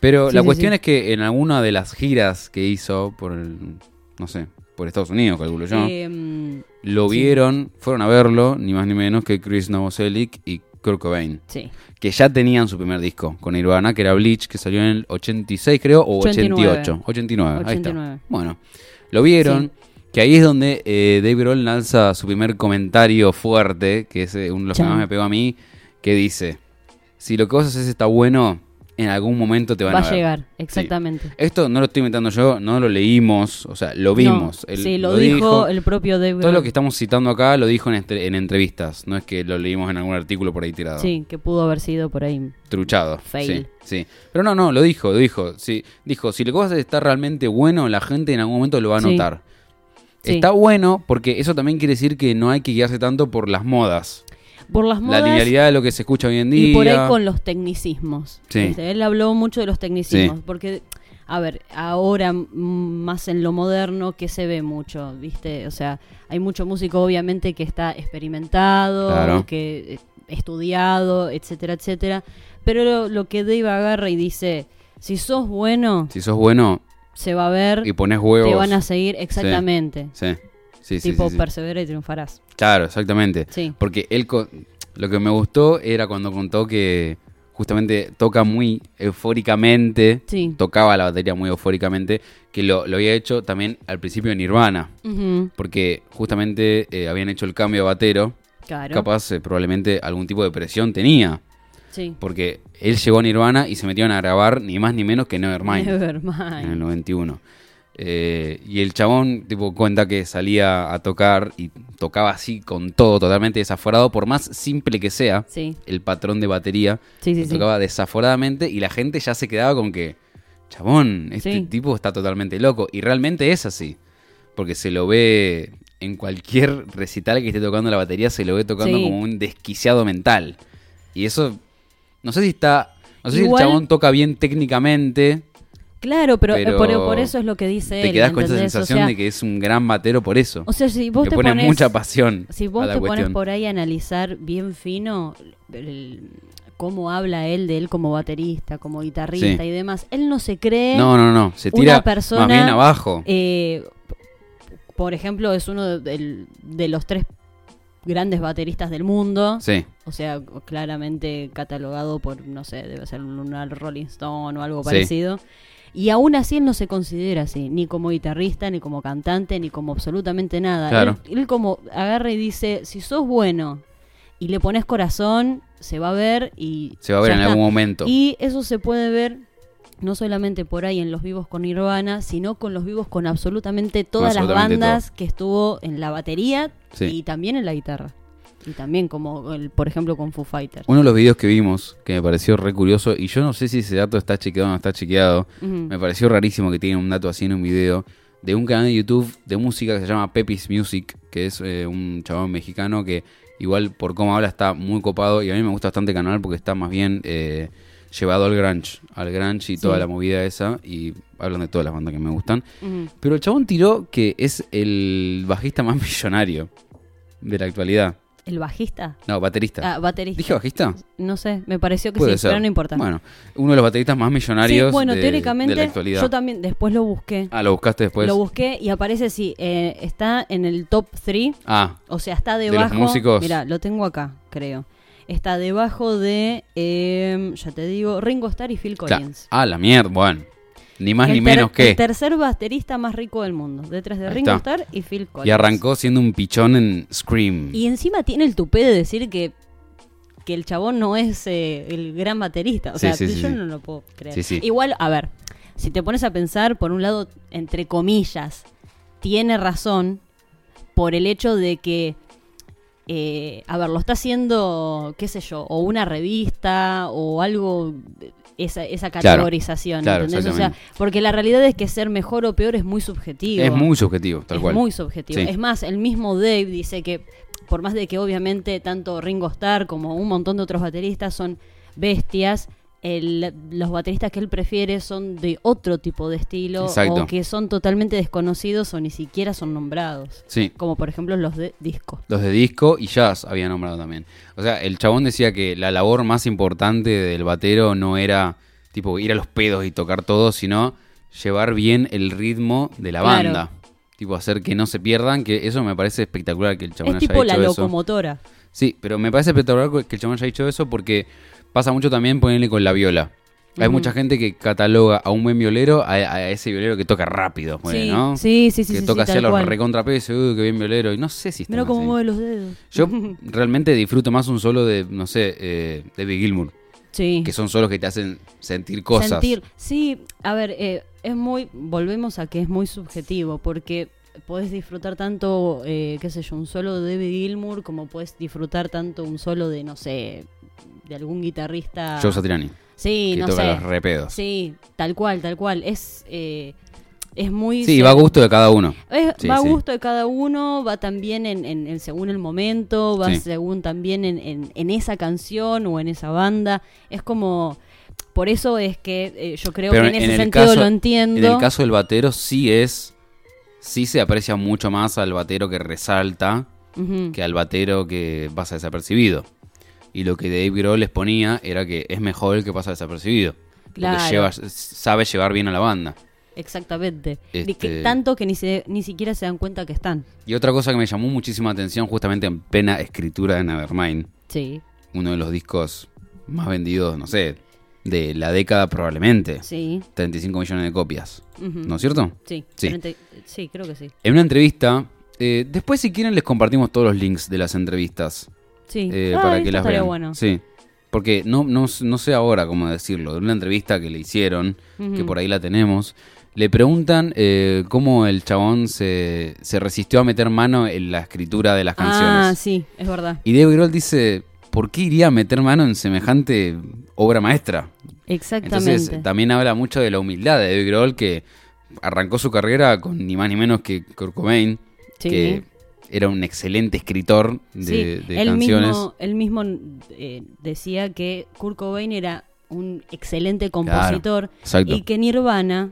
[SPEAKER 1] Pero
[SPEAKER 2] Sí,
[SPEAKER 1] la
[SPEAKER 2] sí,
[SPEAKER 1] cuestión
[SPEAKER 2] sí.
[SPEAKER 1] es que en alguna de las giras que hizo por, el- no sé, por Estados Unidos, calculo yo,
[SPEAKER 2] Em,
[SPEAKER 1] lo
[SPEAKER 2] sí.
[SPEAKER 1] vieron, fueron a verlo, ni más ni menos que Chris Novoselic y Kurt Cobain,
[SPEAKER 2] sí.
[SPEAKER 1] que ya tenían su primer disco con Nirvana, que era Bleach, que salió en el 86 creo, o
[SPEAKER 2] 89.
[SPEAKER 1] 88. 89, ahí está.
[SPEAKER 2] 89.
[SPEAKER 1] Bueno, lo vieron, que ahí es donde eh, Dave Grohl lanza su primer comentario fuerte, que es eh, uno de los
[SPEAKER 2] Chan.
[SPEAKER 1] que más me pegó a mí, que dice, si lo que vos haces está bueno, en algún momento te van
[SPEAKER 2] Va
[SPEAKER 1] a
[SPEAKER 2] a
[SPEAKER 1] ver".
[SPEAKER 2] llegar, exactamente.
[SPEAKER 1] Esto no lo estoy inventando yo, no lo leímos, o sea, lo vimos.
[SPEAKER 2] No,
[SPEAKER 1] Él
[SPEAKER 2] sí, lo, dijo, el propio Dave
[SPEAKER 1] Todo lo
[SPEAKER 2] Grohl.
[SPEAKER 1] que estamos citando acá lo dijo en, entre- en entrevistas, no es que lo leímos en algún artículo por ahí tirado
[SPEAKER 2] Sí, que pudo haber sido por ahí.
[SPEAKER 1] truchado.
[SPEAKER 2] Fail.
[SPEAKER 1] Sí, sí. Pero no, no, lo dijo, lo dijo. Sí, dijo, si lo que vos haces está realmente bueno, la gente en algún momento lo va a
[SPEAKER 2] Sí.
[SPEAKER 1] notar.
[SPEAKER 2] Sí.
[SPEAKER 1] Está bueno porque eso también quiere decir que no hay que guiarse tanto por las modas.
[SPEAKER 2] Por las modas
[SPEAKER 1] la linealidad de lo que se escucha hoy en día.
[SPEAKER 2] y por ahí con los tecnicismos.
[SPEAKER 1] Sí.
[SPEAKER 2] Este, Él habló mucho de los tecnicismos,
[SPEAKER 1] Sí.
[SPEAKER 2] porque, a ver, ahora mm, más en lo moderno que se ve mucho, ¿viste? O sea, hay mucho músico obviamente que está experimentado,
[SPEAKER 1] Claro.
[SPEAKER 2] que eh, estudiado, etcétera, etcétera. Pero lo, lo que Dave agarra y dice, si sos bueno,
[SPEAKER 1] Si sos bueno
[SPEAKER 2] se va a ver,
[SPEAKER 1] y pones huevos.
[SPEAKER 2] te van a seguir exactamente.
[SPEAKER 1] Sí, sí, sí.
[SPEAKER 2] tipo,
[SPEAKER 1] sí, sí.
[SPEAKER 2] persevera y triunfarás.
[SPEAKER 1] Claro, exactamente.
[SPEAKER 2] Sí.
[SPEAKER 1] Porque él, co- lo que me gustó era cuando contó que justamente toca muy eufóricamente.
[SPEAKER 2] Sí.
[SPEAKER 1] tocaba la batería muy eufóricamente, que lo, lo había hecho también al principio en Nirvana,
[SPEAKER 2] Ujú,
[SPEAKER 1] porque justamente eh, habían hecho el cambio a batero,
[SPEAKER 2] Claro.
[SPEAKER 1] capaz eh, probablemente algún tipo de presión tenía,
[SPEAKER 2] Sí.
[SPEAKER 1] porque él llegó a Nirvana y se metieron a grabar ni más ni menos que Nevermind
[SPEAKER 2] Nevermind.
[SPEAKER 1] en el 91. Eh, y el chabón tipo cuenta que salía a tocar y tocaba así con todo, totalmente desaforado, por más simple que sea
[SPEAKER 2] Sí,
[SPEAKER 1] el patrón de batería,
[SPEAKER 2] sí, sí.
[SPEAKER 1] lo
[SPEAKER 2] sí.
[SPEAKER 1] tocaba desaforadamente y la gente ya se quedaba con que, chabón, este
[SPEAKER 2] Sí.
[SPEAKER 1] tipo está totalmente loco. Y realmente es así, porque se lo ve en cualquier recital que esté tocando la batería, se lo ve tocando
[SPEAKER 2] Sí.
[SPEAKER 1] como un desquiciado mental. Y eso, no sé si está, no sé
[SPEAKER 2] Igual-
[SPEAKER 1] si el chabón toca bien técnicamente,
[SPEAKER 2] Claro, pero, eh,
[SPEAKER 1] pero
[SPEAKER 2] por, por eso es lo que dice
[SPEAKER 1] te
[SPEAKER 2] él.
[SPEAKER 1] quedás con esa
[SPEAKER 2] ¿entendés? O
[SPEAKER 1] sensación
[SPEAKER 2] sea-
[SPEAKER 1] de que es un gran batero por eso.
[SPEAKER 2] O sea, si vos
[SPEAKER 1] le
[SPEAKER 2] te
[SPEAKER 1] pone
[SPEAKER 2] pones.
[SPEAKER 1] mucha pasión
[SPEAKER 2] Si
[SPEAKER 1] a
[SPEAKER 2] vos
[SPEAKER 1] la
[SPEAKER 2] te pones
[SPEAKER 1] cuestión.
[SPEAKER 2] por ahí a analizar bien fino el- cómo habla él de él como baterista, como guitarrista
[SPEAKER 1] Sí.
[SPEAKER 2] y demás, él no se cree.
[SPEAKER 1] No, no, no, se
[SPEAKER 2] una
[SPEAKER 1] tira
[SPEAKER 2] persona,
[SPEAKER 1] más bien abajo.
[SPEAKER 2] Eh, por ejemplo, es uno de, del- de los tres grandes bateristas del mundo.
[SPEAKER 1] sí,
[SPEAKER 2] O sea, claramente catalogado por, no sé, debe ser un, un Rolling Stone o algo
[SPEAKER 1] Sí.
[SPEAKER 2] parecido. Y aún así él no se considera así, ni como guitarrista, ni como cantante, ni como absolutamente nada.
[SPEAKER 1] Claro.
[SPEAKER 2] Él, él como agarra y dice, si sos bueno y le pones corazón, se va a ver y...
[SPEAKER 1] Se va a ver
[SPEAKER 2] ya
[SPEAKER 1] en
[SPEAKER 2] está.
[SPEAKER 1] algún momento.
[SPEAKER 2] Y eso se puede ver no solamente por ahí en los vivos con Nirvana, sino con los vivos con absolutamente todas
[SPEAKER 1] absolutamente
[SPEAKER 2] las bandas que estuvo en la batería
[SPEAKER 1] Sí.
[SPEAKER 2] y también en la guitarra. Y también como, el- por ejemplo, con Foo Fighters.
[SPEAKER 1] Uno de los videos que vimos que me pareció re curioso, y yo no sé si ese dato está chequeado o no está chequeado,
[SPEAKER 2] Ujú.
[SPEAKER 1] me pareció rarísimo que tienen un dato así en un video, de un canal de YouTube de música que se llama Pepis Music, que es eh, un chabón mexicano que igual por cómo habla está muy copado, y a mí me gusta bastante el canal porque está más bien eh, llevado al grunge, al grunge y toda
[SPEAKER 2] Sí.
[SPEAKER 1] la movida esa, y hablan de todas las bandas que me gustan.
[SPEAKER 2] Ujú.
[SPEAKER 1] Pero el chabón tiró que es el bajista más [LAUGHS] millonario de la actualidad.
[SPEAKER 2] ¿El bajista?
[SPEAKER 1] No, baterista.
[SPEAKER 2] Ah, baterista.
[SPEAKER 1] ¿Dije bajista?
[SPEAKER 2] No sé, me pareció que
[SPEAKER 1] Puede
[SPEAKER 2] sí,
[SPEAKER 1] ser.
[SPEAKER 2] pero no importa.
[SPEAKER 1] Bueno, uno de los bateristas más
[SPEAKER 2] Sí,
[SPEAKER 1] millonarios
[SPEAKER 2] bueno,
[SPEAKER 1] de,
[SPEAKER 2] teóricamente,
[SPEAKER 1] de la actualidad.
[SPEAKER 2] yo también después lo busqué.
[SPEAKER 1] ah, lo buscaste después.
[SPEAKER 2] Lo busqué y aparece, sí, eh, está en el top 3
[SPEAKER 1] ah,
[SPEAKER 2] O sea, está
[SPEAKER 1] los
[SPEAKER 2] debajo.
[SPEAKER 1] músicos.
[SPEAKER 2] Mira, lo tengo acá, creo. Está debajo de, em, ya te digo, Ringo Starr y Phil
[SPEAKER 1] claro.
[SPEAKER 2] Collins. Este
[SPEAKER 1] ah, la mierda. Bueno, ni más
[SPEAKER 2] El
[SPEAKER 1] ni
[SPEAKER 2] ter-
[SPEAKER 1] menos que.
[SPEAKER 2] El tercer baterista más rico del mundo. Detrás de
[SPEAKER 1] Ahí
[SPEAKER 2] Ringo
[SPEAKER 1] está.
[SPEAKER 2] Starr y Phil Collins.
[SPEAKER 1] Y arrancó siendo un pichón en Scream.
[SPEAKER 2] Y encima tiene el tupé de decir que, que el chabón no es eh, el gran baterista. O
[SPEAKER 1] Sí,
[SPEAKER 2] sea,
[SPEAKER 1] sí, sí,
[SPEAKER 2] yo
[SPEAKER 1] sí.
[SPEAKER 2] no lo puedo creer.
[SPEAKER 1] Sí, sí.
[SPEAKER 2] Igual, a ver, si te pones a pensar, por un lado, entre comillas, tiene razón por el hecho de que. eh, a ver, lo está haciendo, qué sé yo, o una revista o algo, eh, esa, esa
[SPEAKER 1] Claro,
[SPEAKER 2] categorización,
[SPEAKER 1] claro,
[SPEAKER 2] ¿entendés? O sea,
[SPEAKER 1] exactamente.
[SPEAKER 2] porque la realidad es que ser mejor o peor es muy subjetivo
[SPEAKER 1] es muy subjetivo, tal
[SPEAKER 2] es
[SPEAKER 1] cual.
[SPEAKER 2] muy subjetivo.
[SPEAKER 1] Sí.
[SPEAKER 2] Es más, el mismo Dave dice que, por más de que obviamente tanto Ringo Starr como un montón de otros bateristas son bestias, el- los bateristas que él prefiere son de otro tipo de estilo
[SPEAKER 1] Exacto.
[SPEAKER 2] o que son totalmente desconocidos o ni siquiera son nombrados.
[SPEAKER 1] Sí.
[SPEAKER 2] Como por ejemplo los de disco.
[SPEAKER 1] Los de disco y jazz había nombrado también. O sea, el chabón decía que la labor más importante del batero no era tipo ir a los pedos y tocar todo, sino llevar bien el ritmo de la
[SPEAKER 2] Claro.
[SPEAKER 1] banda. Tipo, hacer que no se pierdan, que eso me parece espectacular que el chabón
[SPEAKER 2] es
[SPEAKER 1] haya
[SPEAKER 2] tipo
[SPEAKER 1] hecho
[SPEAKER 2] la
[SPEAKER 1] eso.
[SPEAKER 2] locomotora.
[SPEAKER 1] Sí, pero me parece espectacular que el chabón haya dicho eso porque pasa mucho también ponerle con la viola. Hay
[SPEAKER 2] Ujú.
[SPEAKER 1] mucha gente que cataloga a un buen violero a, a ese violero que toca rápido, ponele,
[SPEAKER 2] sí,
[SPEAKER 1] ¿no?
[SPEAKER 2] sí, sí, sí.
[SPEAKER 1] que
[SPEAKER 2] sí,
[SPEAKER 1] toca
[SPEAKER 2] sí,
[SPEAKER 1] hacer
[SPEAKER 2] tal
[SPEAKER 1] los
[SPEAKER 2] cual.
[SPEAKER 1] recontrapesos, uy, que bien violero. Y no sé si está.
[SPEAKER 2] Mira cómo mueve los dedos. [LAUGHS]
[SPEAKER 1] Yo realmente disfruto más un solo de, no sé, eh, David Gilmour,
[SPEAKER 2] Sí.
[SPEAKER 1] que son solos que te hacen sentir cosas.
[SPEAKER 2] Sentir. Sí, a ver, eh, es muy. Volvemos a que es muy subjetivo, porque podés disfrutar tanto, eh, qué sé yo, un solo de David Gilmour, como puedes disfrutar tanto un solo de, no sé, de algún guitarrista.
[SPEAKER 1] Joe Satriani,
[SPEAKER 2] sí,
[SPEAKER 1] que
[SPEAKER 2] no
[SPEAKER 1] toca
[SPEAKER 2] sé.
[SPEAKER 1] los repedos. Sí,
[SPEAKER 2] Sí, tal cual, tal cual. Es, eh, es muy.
[SPEAKER 1] va a gusto de cada uno.
[SPEAKER 2] Es-
[SPEAKER 1] Sí,
[SPEAKER 2] va a
[SPEAKER 1] sí.
[SPEAKER 2] gusto de cada uno, va también en, en- en según el momento, va
[SPEAKER 1] Sí.
[SPEAKER 2] según también en, en- en esa canción o en esa banda. Es como, por eso es que eh, yo creo que en, ese
[SPEAKER 1] el
[SPEAKER 2] sentido
[SPEAKER 1] caso-
[SPEAKER 2] lo entiendo.
[SPEAKER 1] En el caso del batero sí es, sí se aprecia mucho más al batero que resalta
[SPEAKER 2] Ujú.
[SPEAKER 1] que al batero que pasa desapercibido. Y lo que Dave Grohl les ponía era que es mejor el que pasa desapercibido.
[SPEAKER 2] Claro.
[SPEAKER 1] Porque lleva- sabe llevar bien a la banda.
[SPEAKER 2] Exactamente. De que
[SPEAKER 1] Este-
[SPEAKER 2] tanto que ni, se- ni siquiera se dan cuenta que están.
[SPEAKER 1] Y otra cosa que me llamó muchísima atención justamente en plena escritura de Nevermind,
[SPEAKER 2] Sí,
[SPEAKER 1] uno de los discos más vendidos, no sé, de la década probablemente.
[SPEAKER 2] sí.
[SPEAKER 1] 35 millones de copias,
[SPEAKER 2] ujú.
[SPEAKER 1] ¿no es cierto?
[SPEAKER 2] Sí,
[SPEAKER 1] Sí.
[SPEAKER 2] treinta- sí, creo que sí.
[SPEAKER 1] En una entrevista, eh, después si quieren les compartimos todos los links de las entrevistas
[SPEAKER 2] Sí,
[SPEAKER 1] eh,
[SPEAKER 2] Ah,
[SPEAKER 1] para
[SPEAKER 2] esto
[SPEAKER 1] que las
[SPEAKER 2] estaría
[SPEAKER 1] vean.
[SPEAKER 2] bueno.
[SPEAKER 1] Sí. Porque no, no, no sé ahora cómo decirlo, de una entrevista que le hicieron, que
[SPEAKER 2] Ujú.
[SPEAKER 1] por ahí la tenemos, le preguntan eh, cómo el chabón se, se resistió a meter mano en la escritura de las canciones.
[SPEAKER 2] Ah, sí, es verdad.
[SPEAKER 1] Y Dave Grohl dice, ¿por qué iría a meter mano en semejante obra maestra?
[SPEAKER 2] Exactamente.
[SPEAKER 1] Entonces también habla mucho de la humildad de Dave Grohl que arrancó su carrera con ni más ni menos que Kurt Cobain,
[SPEAKER 2] Sí.
[SPEAKER 1] que era un excelente escritor de,
[SPEAKER 2] Sí,
[SPEAKER 1] de
[SPEAKER 2] él
[SPEAKER 1] canciones.
[SPEAKER 2] Mismo, él mismo eh, decía que Kurt Cobain era un excelente compositor
[SPEAKER 1] Exacto.
[SPEAKER 2] y que Nirvana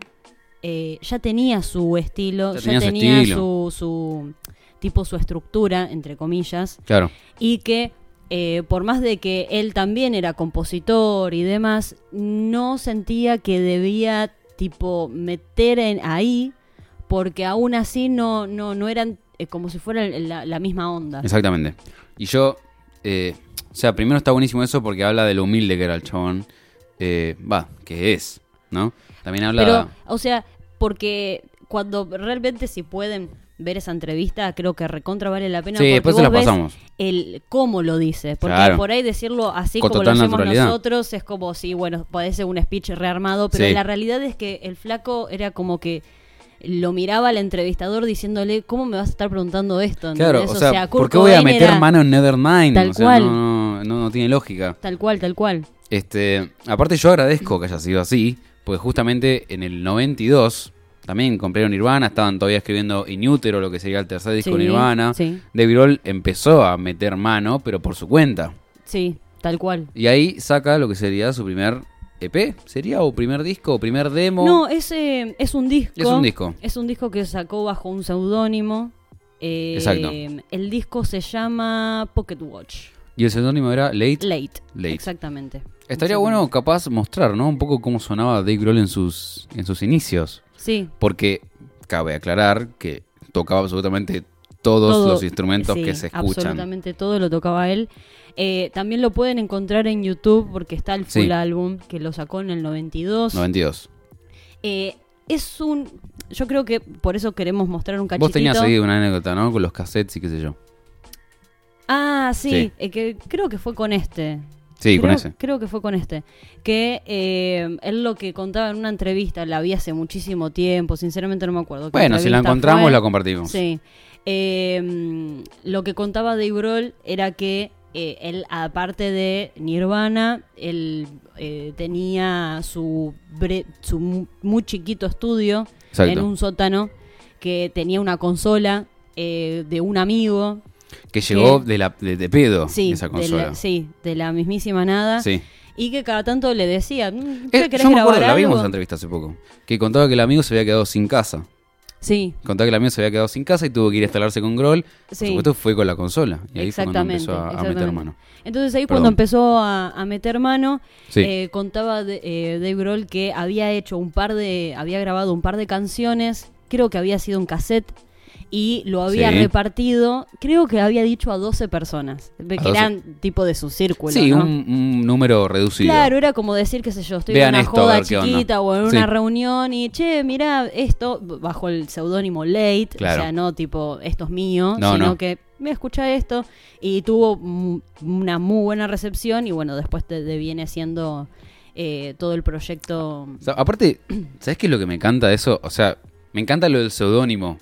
[SPEAKER 2] eh, ya tenía su estilo,
[SPEAKER 1] Ya
[SPEAKER 2] ya,
[SPEAKER 1] tenía
[SPEAKER 2] tenía,
[SPEAKER 1] su estilo.
[SPEAKER 2] Su, su- tipo su estructura, entre comillas,
[SPEAKER 1] Claro.
[SPEAKER 2] y que eh, por más de que él también era compositor y demás, no sentía que debía tipo meter en ahí porque aún así no, no, no eran eh, como si fuera la, la misma onda.
[SPEAKER 1] Exactamente. Y yo, eh, o sea, primero está buenísimo eso porque habla de lo humilde que era el chabón. Eh, Va, que es. ¿no? También habla...
[SPEAKER 2] Pero, o sea, porque cuando realmente si pueden ver esa entrevista, creo que recontra vale la pena.
[SPEAKER 1] Sí,
[SPEAKER 2] porque
[SPEAKER 1] después se
[SPEAKER 2] vos
[SPEAKER 1] la
[SPEAKER 2] ves
[SPEAKER 1] pasamos.
[SPEAKER 2] El cómo lo dice. Porque
[SPEAKER 1] Claro.
[SPEAKER 2] por ahí decirlo así
[SPEAKER 1] Con
[SPEAKER 2] como lo
[SPEAKER 1] total
[SPEAKER 2] decimos
[SPEAKER 1] naturalidad.
[SPEAKER 2] nosotros es como si, bueno, parece un speech rearmado, pero
[SPEAKER 1] Sí.
[SPEAKER 2] la realidad es que el flaco era como que lo miraba al entrevistador diciéndole, ¿cómo me vas a estar preguntando esto?
[SPEAKER 1] Claro,
[SPEAKER 2] ¿Entendés?
[SPEAKER 1] o sea,
[SPEAKER 2] Kurt
[SPEAKER 1] ¿por qué voy a
[SPEAKER 2] Cobain
[SPEAKER 1] meter
[SPEAKER 2] era
[SPEAKER 1] mano en Nevermind?
[SPEAKER 2] Tal
[SPEAKER 1] o sea,
[SPEAKER 2] cual.
[SPEAKER 1] No, no, no tiene lógica.
[SPEAKER 2] Tal cual, tal cual.
[SPEAKER 1] Este, aparte yo agradezco que haya sido así, porque justamente en el 92 también compraron Nirvana, estaban todavía escribiendo Inútero, lo que sería el tercer disco de
[SPEAKER 2] Sí,
[SPEAKER 1] Nirvana.
[SPEAKER 2] sí.
[SPEAKER 1] David Grohl empezó a meter mano, pero por su cuenta.
[SPEAKER 2] Sí, tal cual.
[SPEAKER 1] Y ahí saca lo que sería su primer EP, sería o primer disco o primer demo.
[SPEAKER 2] No, es, eh, es un disco.
[SPEAKER 1] Es un disco.
[SPEAKER 2] Es un disco que sacó bajo un seudónimo. Eh,
[SPEAKER 1] Exacto.
[SPEAKER 2] El disco se llama Pocket Watch.
[SPEAKER 1] Y el seudónimo era Late.
[SPEAKER 2] Late.
[SPEAKER 1] Late.
[SPEAKER 2] Exactamente.
[SPEAKER 1] Estaría bueno capaz mostrar, ¿no? Un poco cómo sonaba Dave Grohl en sus, en sus inicios.
[SPEAKER 2] Sí.
[SPEAKER 1] Porque cabe aclarar que tocaba absolutamente todos
[SPEAKER 2] todo-
[SPEAKER 1] los instrumentos
[SPEAKER 2] sí,
[SPEAKER 1] que se escuchan.
[SPEAKER 2] Absolutamente todo lo tocaba él. Eh, también lo pueden encontrar en YouTube porque está el full
[SPEAKER 1] Sí.
[SPEAKER 2] álbum que lo sacó en el 92.
[SPEAKER 1] 92.
[SPEAKER 2] Eh, es un. Yo creo que por eso queremos mostrar un cachetito.
[SPEAKER 1] Vos tenías ahí una anécdota, ¿no? Con los cassettes y qué sé yo.
[SPEAKER 2] Ah, sí,
[SPEAKER 1] Sí.
[SPEAKER 2] eh, que creo que fue con este.
[SPEAKER 1] Sí,
[SPEAKER 2] creo,
[SPEAKER 1] con ese.
[SPEAKER 2] Creo que fue con este. Que eh, él lo que contaba en una entrevista, la vi hace muchísimo tiempo, sinceramente no me acuerdo. qué
[SPEAKER 1] Bueno, si la
[SPEAKER 2] entrevista
[SPEAKER 1] encontramos,
[SPEAKER 2] fue.
[SPEAKER 1] la compartimos.
[SPEAKER 2] Sí. Eh, mm, lo que contaba Dave Grohl era que eh, él, aparte de Nirvana, él eh, tenía su, bre- su mu- muy chiquito estudio
[SPEAKER 1] Exacto.
[SPEAKER 2] en un sótano que tenía una consola eh, de un amigo.
[SPEAKER 1] Que llegó
[SPEAKER 2] que-
[SPEAKER 1] de, la, de, de pedo
[SPEAKER 2] Sí,
[SPEAKER 1] esa
[SPEAKER 2] de
[SPEAKER 1] consola.
[SPEAKER 2] la, sí, de la mismísima nada.
[SPEAKER 1] Sí.
[SPEAKER 2] Y que cada tanto le decía, "Mm, ¿qué
[SPEAKER 1] Eh,
[SPEAKER 2] querés
[SPEAKER 1] yo me
[SPEAKER 2] grabar
[SPEAKER 1] acuerdo, la
[SPEAKER 2] algo?".
[SPEAKER 1] vimos en la entrevista hace poco. Que contaba que el amigo se había quedado sin casa.
[SPEAKER 2] Sí,
[SPEAKER 1] Contaba que el amigo se había quedado sin casa y tuvo que ir a instalarse con Grohl.
[SPEAKER 2] Sí.
[SPEAKER 1] Por supuesto, fue con la consola. Y ahí fue cuando
[SPEAKER 2] exactamente.
[SPEAKER 1] empezó a, a meter
[SPEAKER 2] exactamente.
[SPEAKER 1] mano.
[SPEAKER 2] Entonces ahí
[SPEAKER 1] Perdón.
[SPEAKER 2] cuando empezó a, a meter mano,
[SPEAKER 1] Sí.
[SPEAKER 2] eh, contaba de, eh, Dave Grohl que había hecho un par de, había grabado un par de canciones, creo que había sido un cassette y lo había
[SPEAKER 1] Sí.
[SPEAKER 2] repartido, creo que había dicho a 12 personas, de
[SPEAKER 1] A
[SPEAKER 2] que
[SPEAKER 1] 12.
[SPEAKER 2] eran tipo de su círculo,
[SPEAKER 1] sí,
[SPEAKER 2] ¿no?
[SPEAKER 1] un, un número reducido.
[SPEAKER 2] Claro, era como decir, qué sé yo, estoy
[SPEAKER 1] Vean
[SPEAKER 2] en una
[SPEAKER 1] esto, a
[SPEAKER 2] joda
[SPEAKER 1] ver qué onda.
[SPEAKER 2] chiquita o en
[SPEAKER 1] Sí.
[SPEAKER 2] una reunión y, che, mirá esto, b- bajo el seudónimo Late,
[SPEAKER 1] Claro.
[SPEAKER 2] o sea, no tipo, esto es mío,
[SPEAKER 1] No,
[SPEAKER 2] sino
[SPEAKER 1] no.
[SPEAKER 2] que me escucha esto y tuvo mm, una muy buena recepción y bueno, después te, te viene siendo eh, todo el proyecto.
[SPEAKER 1] O sea, aparte, ¿sabes qué es lo que me encanta de eso? O sea, me encanta lo del seudónimo.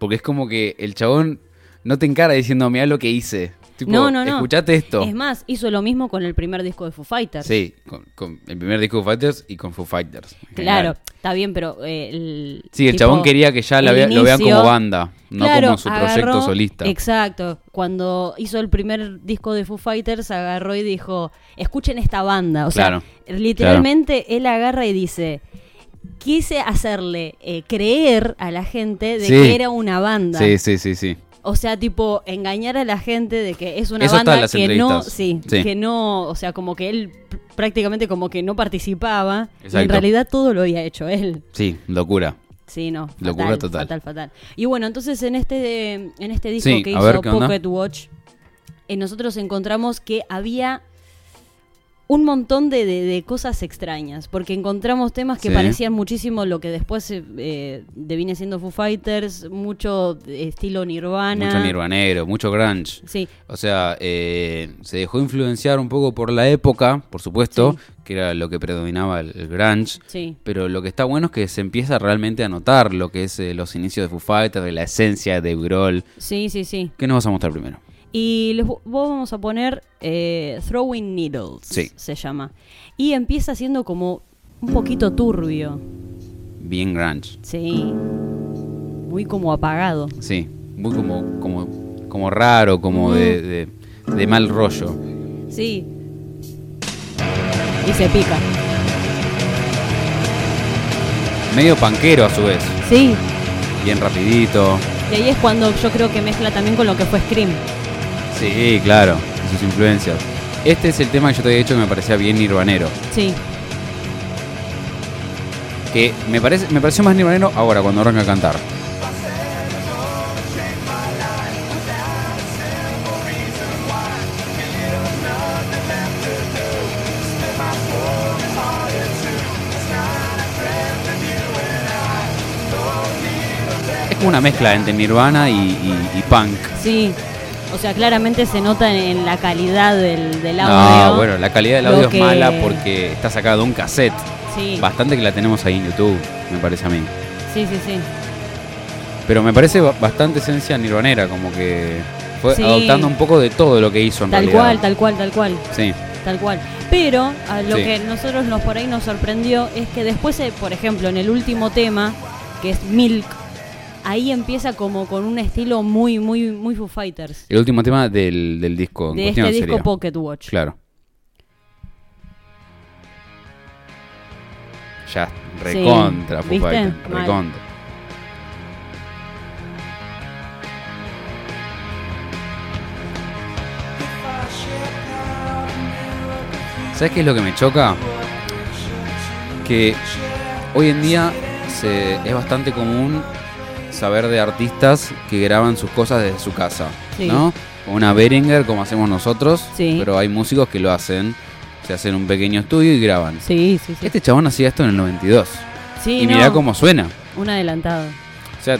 [SPEAKER 1] Porque es como que el chabón no te encara diciendo, mirá lo que hice. Tipo,
[SPEAKER 2] no, no, no.
[SPEAKER 1] Escuchate esto.
[SPEAKER 2] Es más, hizo lo mismo con el primer disco de Foo Fighters.
[SPEAKER 1] Sí, con, con el primer disco de Foo Fighters y con Foo Fighters. en
[SPEAKER 2] Claro,
[SPEAKER 1] general.
[SPEAKER 2] está bien, pero eh, el.
[SPEAKER 1] Sí, el
[SPEAKER 2] tipo,
[SPEAKER 1] chabón quería que ya la
[SPEAKER 2] el
[SPEAKER 1] vea- lo vean
[SPEAKER 2] inicio-
[SPEAKER 1] como banda, no
[SPEAKER 2] Claro,
[SPEAKER 1] como su proyecto
[SPEAKER 2] agarró-
[SPEAKER 1] solista.
[SPEAKER 2] Exacto. Cuando hizo el primer disco de Foo Fighters, agarró y dijo, escuchen esta banda. O
[SPEAKER 1] Claro,
[SPEAKER 2] sea, literalmente él agarra y dice, quise hacerle eh, creer a la gente de
[SPEAKER 1] Sí.
[SPEAKER 2] que era una banda.
[SPEAKER 1] Sí, sí, sí, sí.
[SPEAKER 2] O sea, tipo, engañar a la gente de que es una
[SPEAKER 1] Eso está en
[SPEAKER 2] banda
[SPEAKER 1] las
[SPEAKER 2] que no,
[SPEAKER 1] entrevistas.
[SPEAKER 2] sí,
[SPEAKER 1] Sí.
[SPEAKER 2] que no, o sea, como que él pr- prácticamente como que no participaba. Y en
[SPEAKER 1] Exacto.
[SPEAKER 2] realidad todo lo había hecho él.
[SPEAKER 1] Sí, locura.
[SPEAKER 2] Sí, no. Fatal,
[SPEAKER 1] Locura total.
[SPEAKER 2] Fatal, fatal. Y bueno, entonces en este, en este disco
[SPEAKER 1] Sí,
[SPEAKER 2] que
[SPEAKER 1] a
[SPEAKER 2] hizo
[SPEAKER 1] ver, ¿qué onda?
[SPEAKER 2] Pocket Watch, eh, nosotros encontramos que había un montón de, de- de cosas extrañas, porque encontramos temas que
[SPEAKER 1] Sí.
[SPEAKER 2] parecían muchísimo lo que después eh, eh, de- viene siendo Foo Fighters, mucho eh, estilo Nirvana.
[SPEAKER 1] Mucho nirvanero, mucho grunge.
[SPEAKER 2] Sí,
[SPEAKER 1] O sea, eh, se dejó influenciar un poco por la época, por supuesto, que era lo que predominaba el, el grunge.
[SPEAKER 2] sí.
[SPEAKER 1] Pero lo que está bueno es que se empieza realmente a notar lo que es eh, los inicios de Foo Fighters, de la esencia de Grohl.
[SPEAKER 2] Sí, sí, sí.
[SPEAKER 1] ¿Qué nos vas a mostrar primero?
[SPEAKER 2] Y les vo- vos vamos a poner eh, Throwing Needles,
[SPEAKER 1] Sí.
[SPEAKER 2] se llama. Y empieza siendo como un poquito turbio.
[SPEAKER 1] Bien grunge.
[SPEAKER 2] Sí. Muy como apagado.
[SPEAKER 1] Sí, muy como, como, como raro, como de, de- de mal rollo.
[SPEAKER 2] Sí. Y se pica.
[SPEAKER 1] Medio panquero a su vez.
[SPEAKER 2] Sí.
[SPEAKER 1] Bien rapidito.
[SPEAKER 2] Y ahí es cuando yo creo que mezcla también con lo que fue Scream.
[SPEAKER 1] Sí, claro. y Sus influencias. Este es el tema que yo te había dicho que me parecía bien nirvanero.
[SPEAKER 2] Sí.
[SPEAKER 1] Que me, parece, me pareció más nirvanero ahora cuando arranca a cantar. una mezcla entre Nirvana y, y- y punk.
[SPEAKER 2] Sí. O sea, claramente se nota en, en la calidad del, del audio.
[SPEAKER 1] No, bueno, la calidad del
[SPEAKER 2] Lo
[SPEAKER 1] audio
[SPEAKER 2] que-
[SPEAKER 1] es mala porque está sacada de un cassette.
[SPEAKER 2] Sí,
[SPEAKER 1] Bastante que la tenemos ahí en YouTube, me parece a mí.
[SPEAKER 2] sí, sí, sí.
[SPEAKER 1] Pero me parece ba- bastante esencia nirvanera, como que fue
[SPEAKER 2] Sí.
[SPEAKER 1] adoptando un poco de todo lo que hizo en
[SPEAKER 2] Tal
[SPEAKER 1] realidad.
[SPEAKER 2] cual, tal cual, tal cual,
[SPEAKER 1] Sí,
[SPEAKER 2] tal cual. Pero a lo
[SPEAKER 1] Sí.
[SPEAKER 2] que nosotros nos por ahí nos sorprendió es que después, eh, por ejemplo, en el último tema, que es Milk, ahí empieza como con un estilo muy, muy, muy Foo Fighters.
[SPEAKER 1] el último tema del, del disco en
[SPEAKER 2] De
[SPEAKER 1] cuestión
[SPEAKER 2] este disco
[SPEAKER 1] sería.
[SPEAKER 2] Pocket Watch.
[SPEAKER 1] Claro. Ya, recontra, Foo
[SPEAKER 2] ¿viste?
[SPEAKER 1] Fighters,
[SPEAKER 2] Mal.
[SPEAKER 1] recontra. ¿Sabes qué es lo que me choca? Que hoy en día se- es bastante común saber de artistas que graban sus cosas desde su casa,
[SPEAKER 2] Sí.
[SPEAKER 1] ¿no? Con Una Behringer, como hacemos nosotros,
[SPEAKER 2] Sí.
[SPEAKER 1] pero hay músicos que lo hacen, se hacen un pequeño estudio y graban.
[SPEAKER 2] Sí, sí,
[SPEAKER 1] [LAUGHS]
[SPEAKER 2] sí.
[SPEAKER 1] Este chabón hacía esto en el 92.
[SPEAKER 2] Sí,
[SPEAKER 1] y
[SPEAKER 2] no,
[SPEAKER 1] mirá cómo suena.
[SPEAKER 2] Un adelantado.
[SPEAKER 1] O sea,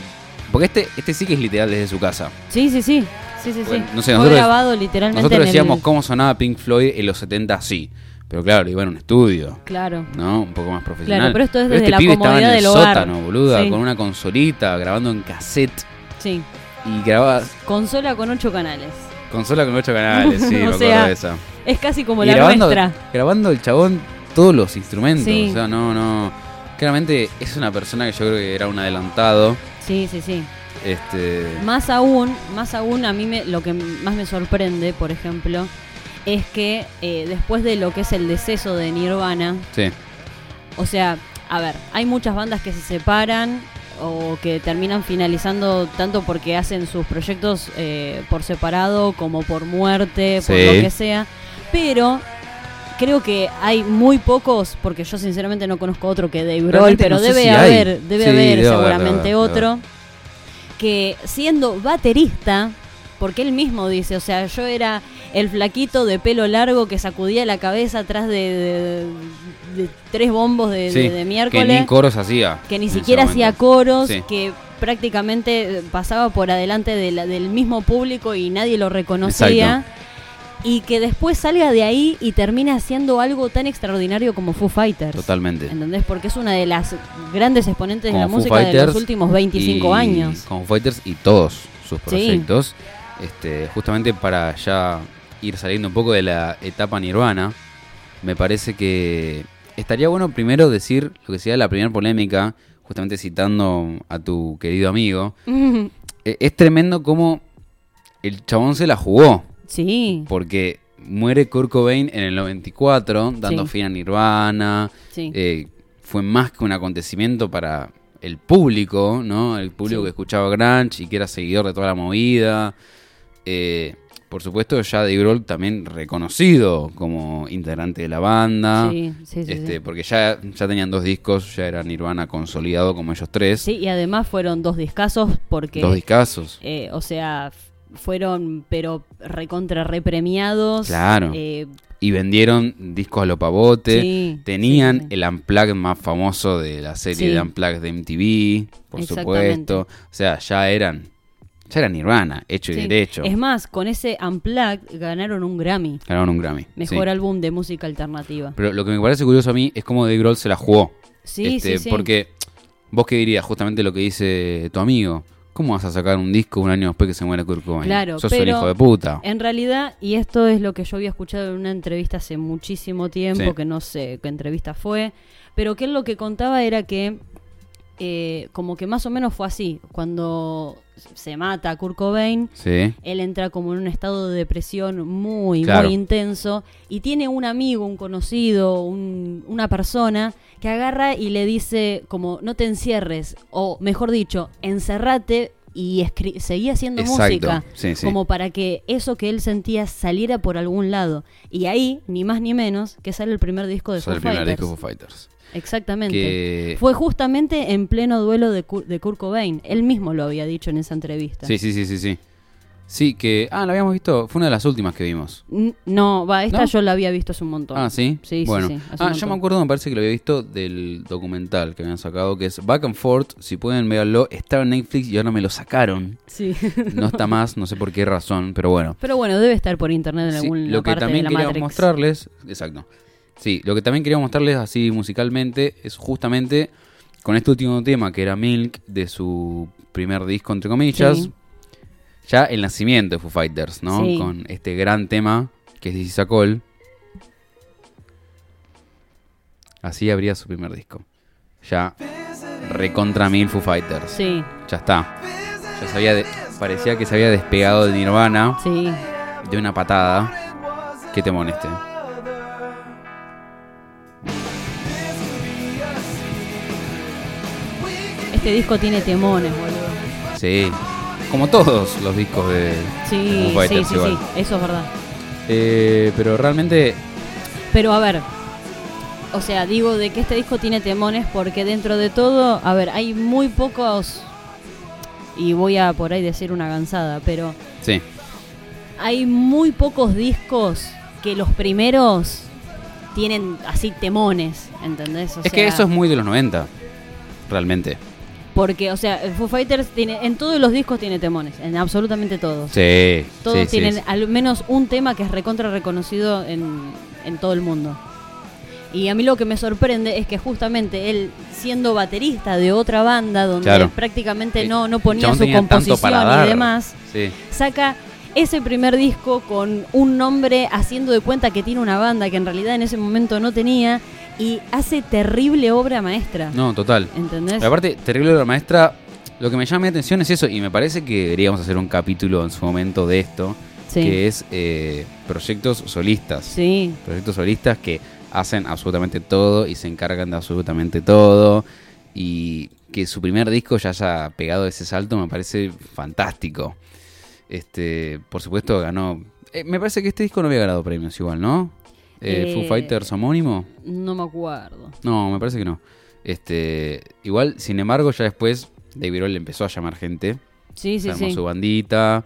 [SPEAKER 1] porque este, este sí que es literal desde su casa.
[SPEAKER 2] Sí, sí, sí. Sí, sí,
[SPEAKER 1] Bueno,
[SPEAKER 2] sí.
[SPEAKER 1] no sé,
[SPEAKER 2] Fue
[SPEAKER 1] nosotros-
[SPEAKER 2] grabado literalmente
[SPEAKER 1] Nosotros
[SPEAKER 2] en el-
[SPEAKER 1] decíamos cómo sonaba Pink Floyd en los 70 así. Pero claro, iba en un estudio,
[SPEAKER 2] Claro.
[SPEAKER 1] ¿no? Un poco más profesional.
[SPEAKER 2] Claro, pero esto es desde
[SPEAKER 1] este
[SPEAKER 2] la
[SPEAKER 1] pibe estaba en
[SPEAKER 2] comodidad
[SPEAKER 1] el
[SPEAKER 2] del hogar.
[SPEAKER 1] sótano, boluda,
[SPEAKER 2] Sí.
[SPEAKER 1] con una consolita, grabando en cassette.
[SPEAKER 2] Sí.
[SPEAKER 1] Y grababa
[SPEAKER 2] Consola con ocho canales.
[SPEAKER 1] consola con ocho canales, sí,
[SPEAKER 2] [LAUGHS] O
[SPEAKER 1] me acuerdo
[SPEAKER 2] sea,
[SPEAKER 1] de esa.
[SPEAKER 2] Es casi como
[SPEAKER 1] Y
[SPEAKER 2] la
[SPEAKER 1] grabando,
[SPEAKER 2] nuestra.
[SPEAKER 1] grabando el chabón todos los instrumentos.
[SPEAKER 2] Sí.
[SPEAKER 1] O sea, no, no. Claramente es una persona que yo creo que era un adelantado.
[SPEAKER 2] Sí, sí, sí.
[SPEAKER 1] Este.
[SPEAKER 2] Más aún, más aún a mí me, lo que más me sorprende, por ejemplo, es que eh, después de lo que es el deceso de Nirvana,
[SPEAKER 1] Sí.
[SPEAKER 2] o sea, a ver, hay muchas bandas que se separan o que terminan finalizando tanto porque hacen sus proyectos eh, por separado como por muerte, por
[SPEAKER 1] Sí.
[SPEAKER 2] lo que sea, pero creo que hay muy pocos, porque yo sinceramente no conozco otro que Dave Grohl,
[SPEAKER 1] Realmente
[SPEAKER 2] pero
[SPEAKER 1] no sé
[SPEAKER 2] debe
[SPEAKER 1] si hay.
[SPEAKER 2] haber, debe
[SPEAKER 1] Sí,
[SPEAKER 2] haber
[SPEAKER 1] debe haber,
[SPEAKER 2] seguramente
[SPEAKER 1] debe haber,
[SPEAKER 2] otro,
[SPEAKER 1] debe
[SPEAKER 2] que siendo baterista, porque él mismo dice, o sea, yo era el flaquito de pelo largo que sacudía la cabeza atrás de, de- de tres bombos de,
[SPEAKER 1] Sí,
[SPEAKER 2] de- de miércoles,
[SPEAKER 1] Que ni coros hacía.
[SPEAKER 2] que ni
[SPEAKER 1] en ese
[SPEAKER 2] siquiera hacía
[SPEAKER 1] momento.
[SPEAKER 2] coros,
[SPEAKER 1] Sí.
[SPEAKER 2] que prácticamente eh, pasaba por adelante de la- del mismo público y nadie lo reconocía. Y que después salga de ahí y termine haciendo algo tan extraordinario como Foo Fighters.
[SPEAKER 1] Totalmente.
[SPEAKER 2] ¿Entendés? Porque es una de las grandes exponentes de la
[SPEAKER 1] Foo
[SPEAKER 2] música de
[SPEAKER 1] Fighters
[SPEAKER 2] los últimos 25
[SPEAKER 1] y- [LAUGHS]
[SPEAKER 2] años.
[SPEAKER 1] Con Fighters y todos sus
[SPEAKER 2] Sí.
[SPEAKER 1] proyectos. Este, justamente para ya ir saliendo un poco de la etapa nirvana, me parece que estaría bueno primero decir lo que sería la primera polémica, justamente citando a tu querido amigo. E- Es tremendo cómo el chabón se la jugó,
[SPEAKER 2] Sí,
[SPEAKER 1] porque muere Kurt Cobain en el 94, dando
[SPEAKER 2] Sí.
[SPEAKER 1] fin a Nirvana,
[SPEAKER 2] sí.
[SPEAKER 1] eh, fue más que un acontecimiento para el público, ¿no? El público
[SPEAKER 2] Sí.
[SPEAKER 1] que escuchaba Grunge y que era seguidor de toda la movida. Eh, por supuesto, ya Dave Grohl también reconocido como integrante de la banda.
[SPEAKER 2] sí, sí, sí,
[SPEAKER 1] este,
[SPEAKER 2] sí.
[SPEAKER 1] Porque ya, ya tenían dos discos, ya era Nirvana consolidado como ellos tres.
[SPEAKER 2] Sí, y además fueron dos discazos porque,
[SPEAKER 1] Dos discazos.
[SPEAKER 2] eh, o sea, f- fueron pero recontra repremiados.
[SPEAKER 1] Claro.
[SPEAKER 2] Eh,
[SPEAKER 1] Y vendieron discos a lo pavote.
[SPEAKER 2] sí,
[SPEAKER 1] Tenían
[SPEAKER 2] sí, sí, sí.
[SPEAKER 1] el Unplugged más famoso de la serie
[SPEAKER 2] Sí.
[SPEAKER 1] de Unplugged de MTV, por
[SPEAKER 2] Exactamente.
[SPEAKER 1] supuesto. O sea, ya eran, ya eran Nirvana, hecho y
[SPEAKER 2] Sí.
[SPEAKER 1] derecho.
[SPEAKER 2] Es más, con ese Unplugged ganaron un Grammy.
[SPEAKER 1] Ganaron un Grammy.
[SPEAKER 2] Mejor
[SPEAKER 1] sí.
[SPEAKER 2] álbum de música alternativa.
[SPEAKER 1] Pero lo que me parece curioso a mí es cómo Dave Grohl se la jugó.
[SPEAKER 2] Sí,
[SPEAKER 1] Este,
[SPEAKER 2] sí, sí.
[SPEAKER 1] Porque, ¿vos qué dirías? Justamente lo que dice tu amigo. ¿Cómo vas a sacar un disco un año después que se muera Kurt Cobain?
[SPEAKER 2] Claro,
[SPEAKER 1] Sos un
[SPEAKER 2] pero-
[SPEAKER 1] hijo de puta.
[SPEAKER 2] En realidad, y esto es lo que yo había escuchado en una entrevista hace muchísimo tiempo,
[SPEAKER 1] Sí.
[SPEAKER 2] que no sé qué entrevista fue, pero que él lo que contaba era que eh, como que más o menos fue así, cuando se mata a Kurt Cobain,
[SPEAKER 1] Sí,
[SPEAKER 2] él entra como en un estado de depresión muy,
[SPEAKER 1] Claro.
[SPEAKER 2] muy intenso y tiene un amigo, un conocido, un- una persona que agarra y le dice como no te encierres o mejor dicho, encerrate y escri- seguí haciendo
[SPEAKER 1] Exacto.
[SPEAKER 2] música
[SPEAKER 1] Sí, sí.
[SPEAKER 2] como para que eso que él sentía saliera por algún lado. Y ahí, ni más ni menos, que sale el primer disco de
[SPEAKER 1] sos
[SPEAKER 2] Foo
[SPEAKER 1] el primer
[SPEAKER 2] Fighters.
[SPEAKER 1] disco de Foo Fighters.
[SPEAKER 2] Exactamente.
[SPEAKER 1] Que...
[SPEAKER 2] Fue justamente en pleno duelo de, Kur- de Kurt Cobain. Él mismo lo había dicho en esa entrevista.
[SPEAKER 1] Sí, sí, sí, sí, sí. Sí, que. Ah, la habíamos visto. Fue una de las últimas que vimos.
[SPEAKER 2] N- No, va, esta
[SPEAKER 1] ¿No?
[SPEAKER 2] yo la había visto hace un montón.
[SPEAKER 1] Ah, sí.
[SPEAKER 2] Sí, sí,
[SPEAKER 1] bueno.
[SPEAKER 2] sí, hace un
[SPEAKER 1] Ah, yo
[SPEAKER 2] montón.
[SPEAKER 1] me acuerdo, me parece que lo había visto del documental que habían sacado, que es Back and Forth. Si pueden, véanlo. Estaba en Netflix y ahora me lo sacaron.
[SPEAKER 2] Sí. [LAUGHS]
[SPEAKER 1] No está más, no sé por qué razón, pero bueno.
[SPEAKER 2] Pero bueno, debe estar por internet en
[SPEAKER 1] Sí,
[SPEAKER 2] algún
[SPEAKER 1] lo que
[SPEAKER 2] parte
[SPEAKER 1] también
[SPEAKER 2] de la
[SPEAKER 1] quería
[SPEAKER 2] Matrix.
[SPEAKER 1] mostrarles, exacto. Sí, lo que también quería mostrarles así musicalmente es justamente con este último tema que era Milk de su primer disco entre comillas,
[SPEAKER 2] Sí.
[SPEAKER 1] ya el nacimiento de Foo Fighters, ¿no?
[SPEAKER 2] Sí.
[SPEAKER 1] Con este gran tema que es This Is a Call. Así abría su primer disco. Ya recontra mil Foo Fighters.
[SPEAKER 2] Sí,
[SPEAKER 1] Ya está. Ya sabía parecía que se había despegado de Nirvana
[SPEAKER 2] sí.
[SPEAKER 1] de una patada este. que te moleste.
[SPEAKER 2] Este disco tiene temones, boludo.
[SPEAKER 1] Sí. Como todos los discos de.
[SPEAKER 2] Sí,
[SPEAKER 1] Foo
[SPEAKER 2] sí,
[SPEAKER 1] Fighters
[SPEAKER 2] sí,
[SPEAKER 1] igual.
[SPEAKER 2] sí, eso es verdad.
[SPEAKER 1] Eh, pero realmente.
[SPEAKER 2] Pero a ver, o sea, digo de que este disco tiene temones porque dentro de todo, a ver, hay muy pocos, y voy a por ahí decir una gansada, pero
[SPEAKER 1] Sí.
[SPEAKER 2] hay muy pocos discos que los primeros tienen así temones, ¿entendés? O
[SPEAKER 1] es que
[SPEAKER 2] sea,
[SPEAKER 1] eso es muy de los 90. Realmente.
[SPEAKER 2] Porque, o sea, Foo Fighters tiene, en todos los discos tiene temones, en absolutamente todos.
[SPEAKER 1] Sí.
[SPEAKER 2] Todos
[SPEAKER 1] sí, sí,
[SPEAKER 2] tienen
[SPEAKER 1] sí.
[SPEAKER 2] al menos un tema que es recontra reconocido en, en todo el mundo. Y a mí lo que me sorprende es que justamente él, siendo baterista de otra banda, donde
[SPEAKER 1] Claro.
[SPEAKER 2] prácticamente
[SPEAKER 1] Eh,
[SPEAKER 2] no, no
[SPEAKER 1] el
[SPEAKER 2] ponía
[SPEAKER 1] chabón
[SPEAKER 2] su
[SPEAKER 1] tenía tanto
[SPEAKER 2] composición
[SPEAKER 1] para dar.
[SPEAKER 2] y demás,
[SPEAKER 1] Sí.
[SPEAKER 2] saca ese primer disco con un nombre haciendo de cuenta que tiene una banda que en realidad en ese momento no tenía y hace terrible obra maestra.
[SPEAKER 1] No, total.
[SPEAKER 2] ¿Entendés?
[SPEAKER 1] Pero aparte, terrible la maestra. Lo que me llama mi atención es eso, y me parece que deberíamos hacer un capítulo en su momento de esto,
[SPEAKER 2] Sí.
[SPEAKER 1] que es eh, proyectos solistas.
[SPEAKER 2] Sí,
[SPEAKER 1] proyectos solistas que hacen absolutamente todo y se encargan de absolutamente todo. Y que su primer disco ya haya pegado ese salto me parece fantástico. Este, por supuesto, ganó. eh, me parece que este disco no había ganado premios igual, ¿no? Eh,
[SPEAKER 2] Eh,
[SPEAKER 1] Foo Fighters homónimo.
[SPEAKER 2] no me acuerdo.
[SPEAKER 1] No, me parece que no. Este, igual, sin embargo, ya después Dave Grohl le empezó a llamar gente.
[SPEAKER 2] Sí, sí,
[SPEAKER 1] Se armó
[SPEAKER 2] sí.
[SPEAKER 1] su bandita.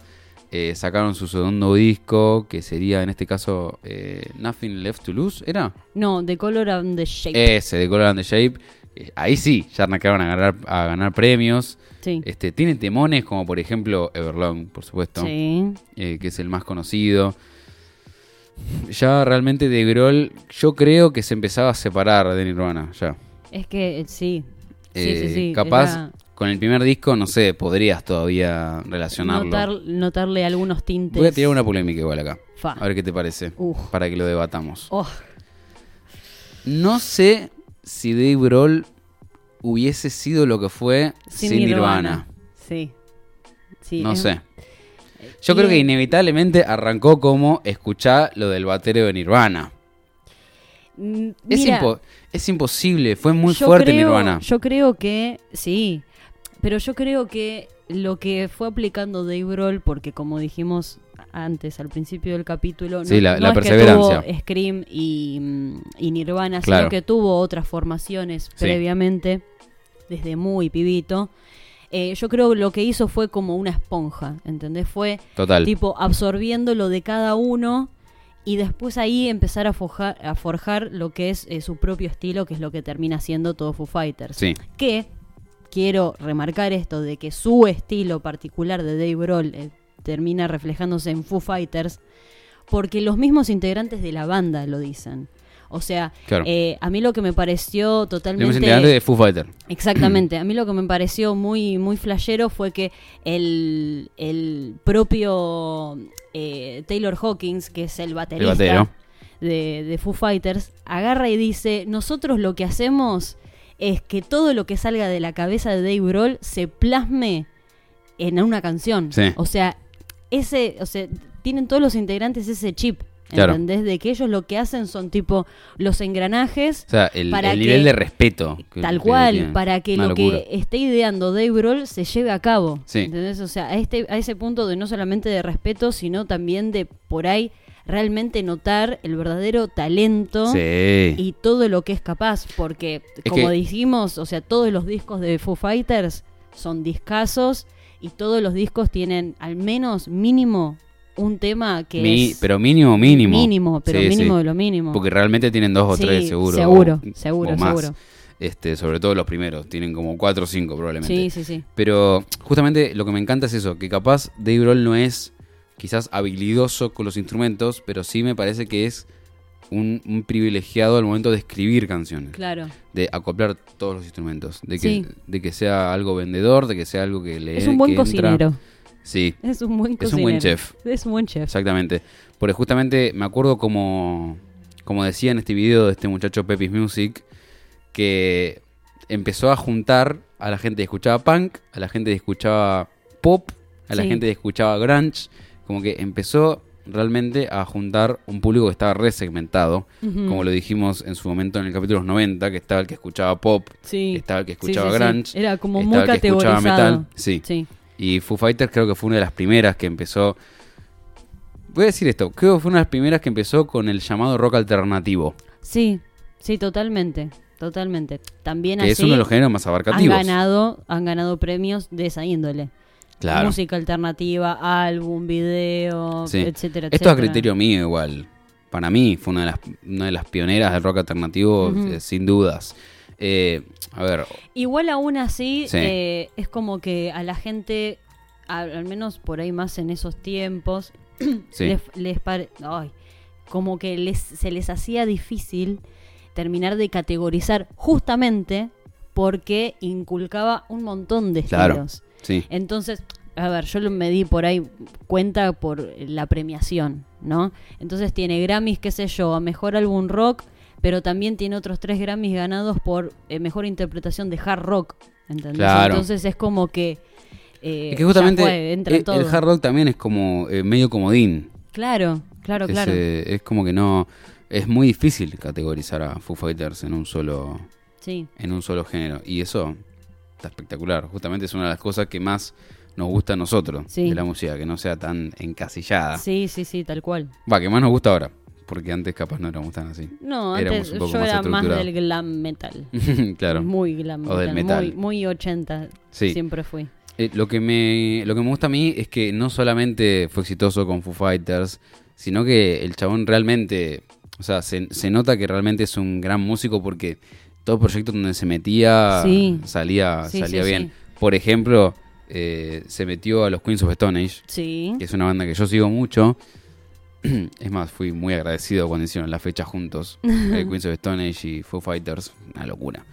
[SPEAKER 1] eh, sacaron su segundo disco, que sería en este caso eh, Nothing Left to Lose, ¿era?
[SPEAKER 2] No, The Color and the Shape.
[SPEAKER 1] Ese, de Color and the Shape. Eh, Ahí sí, ya arrancaron a ganar, a ganar premios.
[SPEAKER 2] sí.
[SPEAKER 1] Este, tiene temones como por ejemplo Everlong, por supuesto,
[SPEAKER 2] Sí.
[SPEAKER 1] eh, que es el más conocido. Ya realmente de Grohl, yo creo que se empezaba a separar de Nirvana, ya.
[SPEAKER 2] Es que eh, sí. sí,
[SPEAKER 1] Eh,
[SPEAKER 2] sí, sí.
[SPEAKER 1] capaz
[SPEAKER 2] era
[SPEAKER 1] con el primer disco, no sé, podrías todavía relacionarlo.
[SPEAKER 2] notar- notarle algunos tintes.
[SPEAKER 1] Voy a tirar una polémica igual acá.
[SPEAKER 2] Fa.
[SPEAKER 1] A ver qué te parece,
[SPEAKER 2] Uf.
[SPEAKER 1] para que lo debatamos.
[SPEAKER 2] Oh,
[SPEAKER 1] No sé si Dave Grohl hubiese sido lo que fue
[SPEAKER 2] sin
[SPEAKER 1] sin, Nirvana.
[SPEAKER 2] Nirvana. Sí. Sí,
[SPEAKER 1] no
[SPEAKER 2] es-
[SPEAKER 1] sé. Yo creo que
[SPEAKER 2] y-
[SPEAKER 1] inevitablemente arrancó como escuchá lo del batero de Nirvana.
[SPEAKER 2] Mm,
[SPEAKER 1] Es,
[SPEAKER 2] mira,
[SPEAKER 1] impo- es imposible, fue muy
[SPEAKER 2] yo
[SPEAKER 1] fuerte
[SPEAKER 2] creo-
[SPEAKER 1] Nirvana.
[SPEAKER 2] Yo creo que sí. Pero yo creo que lo que fue aplicando Dave Grohl, porque como dijimos antes al principio del capítulo,
[SPEAKER 1] Sí, la- la
[SPEAKER 2] es que
[SPEAKER 1] perseverancia.
[SPEAKER 2] tuvo Scream y, mm, y Nirvana,
[SPEAKER 1] Claro.
[SPEAKER 2] sino que tuvo otras formaciones
[SPEAKER 1] Sí.
[SPEAKER 2] previamente, desde muy pibito. Eh, yo creo que lo que hizo fue como una esponja, ¿entendés? Fue
[SPEAKER 1] Total.
[SPEAKER 2] tipo absorbiendo lo de cada uno y después ahí empezar a, forjar, a forjar lo que es eh, su propio estilo, que es lo que termina siendo todo Foo Fighters.
[SPEAKER 1] Sí,
[SPEAKER 2] Que quiero remarcar esto de que su estilo particular de Dave Grohl eh, termina reflejándose en Foo Fighters porque los mismos integrantes de la banda lo dicen. O sea,
[SPEAKER 1] claro.
[SPEAKER 2] eh, a mí lo que me pareció
[SPEAKER 1] Lo más
[SPEAKER 2] totalmente
[SPEAKER 1] integrante de Foo Fighter.
[SPEAKER 2] Exactamente. A mí lo que me pareció muy, muy flashero fue que el, el propio eh, Taylor Hawkins, que es el baterista
[SPEAKER 1] batero.
[SPEAKER 2] de, de Foo Fighters, agarra y dice: Nosotros lo que hacemos es que todo lo que salga de la cabeza de Dave Grohl se plasme en una canción.
[SPEAKER 1] Sí.
[SPEAKER 2] O sea, ese, o sea, tienen todos los integrantes ese chip.
[SPEAKER 1] Claro.
[SPEAKER 2] ¿Entendés? De que ellos lo que hacen son tipo los engranajes
[SPEAKER 1] O sea, el,
[SPEAKER 2] Para
[SPEAKER 1] el
[SPEAKER 2] que-
[SPEAKER 1] nivel de respeto. que-
[SPEAKER 2] Eh, Tal
[SPEAKER 1] que
[SPEAKER 2] cual,
[SPEAKER 1] tiene.
[SPEAKER 2] para que
[SPEAKER 1] Una
[SPEAKER 2] lo
[SPEAKER 1] locura.
[SPEAKER 2] que esté ideando Dave Grohl se lleve a cabo.
[SPEAKER 1] Sí.
[SPEAKER 2] ¿Entendés? O sea, a, este, a ese punto de no solamente de respeto, sino también de por ahí realmente notar el verdadero talento
[SPEAKER 1] Sí.
[SPEAKER 2] y todo lo que es capaz. Porque,
[SPEAKER 1] Es
[SPEAKER 2] como
[SPEAKER 1] que-
[SPEAKER 2] dijimos, o sea, todos los discos de Foo Fighters son discazos. y todos los discos tienen al menos mínimo un tema que
[SPEAKER 1] Mi-
[SPEAKER 2] es
[SPEAKER 1] pero mínimo, mínimo.
[SPEAKER 2] mínimo, pero
[SPEAKER 1] Sí, sí.
[SPEAKER 2] mínimo de lo mínimo.
[SPEAKER 1] Porque realmente tienen dos o
[SPEAKER 2] Sí,
[SPEAKER 1] tres seguro.
[SPEAKER 2] Seguro,
[SPEAKER 1] o-
[SPEAKER 2] seguro,
[SPEAKER 1] o más.
[SPEAKER 2] seguro.
[SPEAKER 1] Este, sobre todo los primeros, tienen como cuatro o cinco probablemente.
[SPEAKER 2] Sí, sí, sí.
[SPEAKER 1] Pero justamente lo que me encanta es eso, que capaz Dave Grohl no es quizás habilidoso con los instrumentos, pero sí me parece que es un, un privilegiado al momento de escribir canciones,
[SPEAKER 2] Claro.
[SPEAKER 1] de acoplar todos los instrumentos, de que,
[SPEAKER 2] Sí.
[SPEAKER 1] de que sea algo vendedor, de que sea algo que le
[SPEAKER 2] Es un buen
[SPEAKER 1] Eh, que entra.
[SPEAKER 2] cocinero.
[SPEAKER 1] Sí,
[SPEAKER 2] Es un buen
[SPEAKER 1] Es
[SPEAKER 2] cocinero.
[SPEAKER 1] un buen chef.
[SPEAKER 2] Es un buen chef.
[SPEAKER 1] exactamente. Porque justamente me acuerdo como, como decía en este video de este muchacho Pepe's Music, que empezó a juntar a la gente que escuchaba punk, a la gente que escuchaba pop, a la
[SPEAKER 2] Sí.
[SPEAKER 1] gente que escuchaba grunge, como que empezó realmente a juntar un público que estaba resegmentado,
[SPEAKER 2] Ujú.
[SPEAKER 1] como lo dijimos en su momento en el capítulo 90, que estaba el que escuchaba pop,
[SPEAKER 2] Sí.
[SPEAKER 1] estaba el que
[SPEAKER 2] Sí, sí,
[SPEAKER 1] escuchaba
[SPEAKER 2] sí.
[SPEAKER 1] grunge,
[SPEAKER 2] Era como
[SPEAKER 1] estaba
[SPEAKER 2] muy
[SPEAKER 1] el que escuchaba
[SPEAKER 2] categorizado.
[SPEAKER 1] metal, sí.
[SPEAKER 2] Sí.
[SPEAKER 1] Y Foo Fighters creo que fue una de las primeras que empezó. Voy a decir esto, creo que fue una de las primeras que empezó con el llamado rock alternativo,
[SPEAKER 2] Sí, sí, totalmente, totalmente. También
[SPEAKER 1] que es
[SPEAKER 2] así
[SPEAKER 1] uno de los géneros más
[SPEAKER 2] han
[SPEAKER 1] abarcativos.
[SPEAKER 2] ganado, han ganado premios de esa índole.
[SPEAKER 1] Claro.
[SPEAKER 2] Música alternativa, álbum, video,
[SPEAKER 1] Sí.
[SPEAKER 2] etcétera,
[SPEAKER 1] Esto
[SPEAKER 2] etcétera.
[SPEAKER 1] a criterio mío igual. Para mí fue una de las, una de las pioneras del rock alternativo,
[SPEAKER 2] Ujú.
[SPEAKER 1] eh, sin dudas. Eh, a ver,
[SPEAKER 2] Igual aún así,
[SPEAKER 1] Sí.
[SPEAKER 2] eh, es como que a la gente, a- al menos por ahí más en esos tiempos, [CLEARS THROAT]
[SPEAKER 1] sí.
[SPEAKER 2] les, les pare- ay, como que les, se les hacía difícil terminar de categorizar justamente porque inculcaba un montón de estilos.
[SPEAKER 1] Claro. sí.
[SPEAKER 2] Entonces, a ver, yo lo- me di por ahí cuenta por la premiación, ¿no? Entonces tiene Grammys, qué sé yo, a mejor álbum rock, pero también tiene otros tres Grammys ganados por eh, mejor interpretación de hard rock, ¿entendés?
[SPEAKER 1] Claro.
[SPEAKER 2] Entonces es como que. eh,
[SPEAKER 1] Es que justamente
[SPEAKER 2] ya fue, entra
[SPEAKER 1] eh,
[SPEAKER 2] todo.
[SPEAKER 1] el hard rock también es como eh, medio comodín.
[SPEAKER 2] Claro, claro,
[SPEAKER 1] Es,
[SPEAKER 2] claro.
[SPEAKER 1] eh, es como que no... Es muy difícil categorizar a Foo Fighters en un solo...
[SPEAKER 2] Sí.
[SPEAKER 1] en un solo género. Y eso está espectacular. Justamente es una de las cosas que más nos gusta a nosotros
[SPEAKER 2] Sí.
[SPEAKER 1] de la música, que no sea tan encasillada.
[SPEAKER 2] Sí, sí, sí, tal cual.
[SPEAKER 1] Va, que más nos gusta ahora, porque antes capaz no éramos tan así. [LAUGHS]
[SPEAKER 2] No,
[SPEAKER 1] Éramos
[SPEAKER 2] antes
[SPEAKER 1] un poco
[SPEAKER 2] yo
[SPEAKER 1] más
[SPEAKER 2] era más
[SPEAKER 1] estructurado.
[SPEAKER 2] del glam metal.
[SPEAKER 1] claro.
[SPEAKER 2] Muy glam
[SPEAKER 1] O del
[SPEAKER 2] Muy,
[SPEAKER 1] metal.
[SPEAKER 2] muy 80
[SPEAKER 1] Sí.
[SPEAKER 2] siempre fui.
[SPEAKER 1] Eh, lo, que me, lo que me gusta a mí es que no solamente fue exitoso con Foo Fighters, sino que el chabón realmente, o sea, se, se nota que realmente es un gran músico porque todo proyecto donde se metía
[SPEAKER 2] Sí.
[SPEAKER 1] salía,
[SPEAKER 2] Sí,
[SPEAKER 1] salía
[SPEAKER 2] sí,
[SPEAKER 1] bien.
[SPEAKER 2] sí.
[SPEAKER 1] Por ejemplo, eh, se metió a los Queens of Stone Age,
[SPEAKER 2] Sí.
[SPEAKER 1] que es una banda que yo sigo mucho. [CLEARS THROAT] Es más, fui muy agradecido cuando hicieron la fecha
[SPEAKER 2] [LAUGHS]
[SPEAKER 1] juntos. eh, Queens of Stone Age y Foo Fighters. Una locura.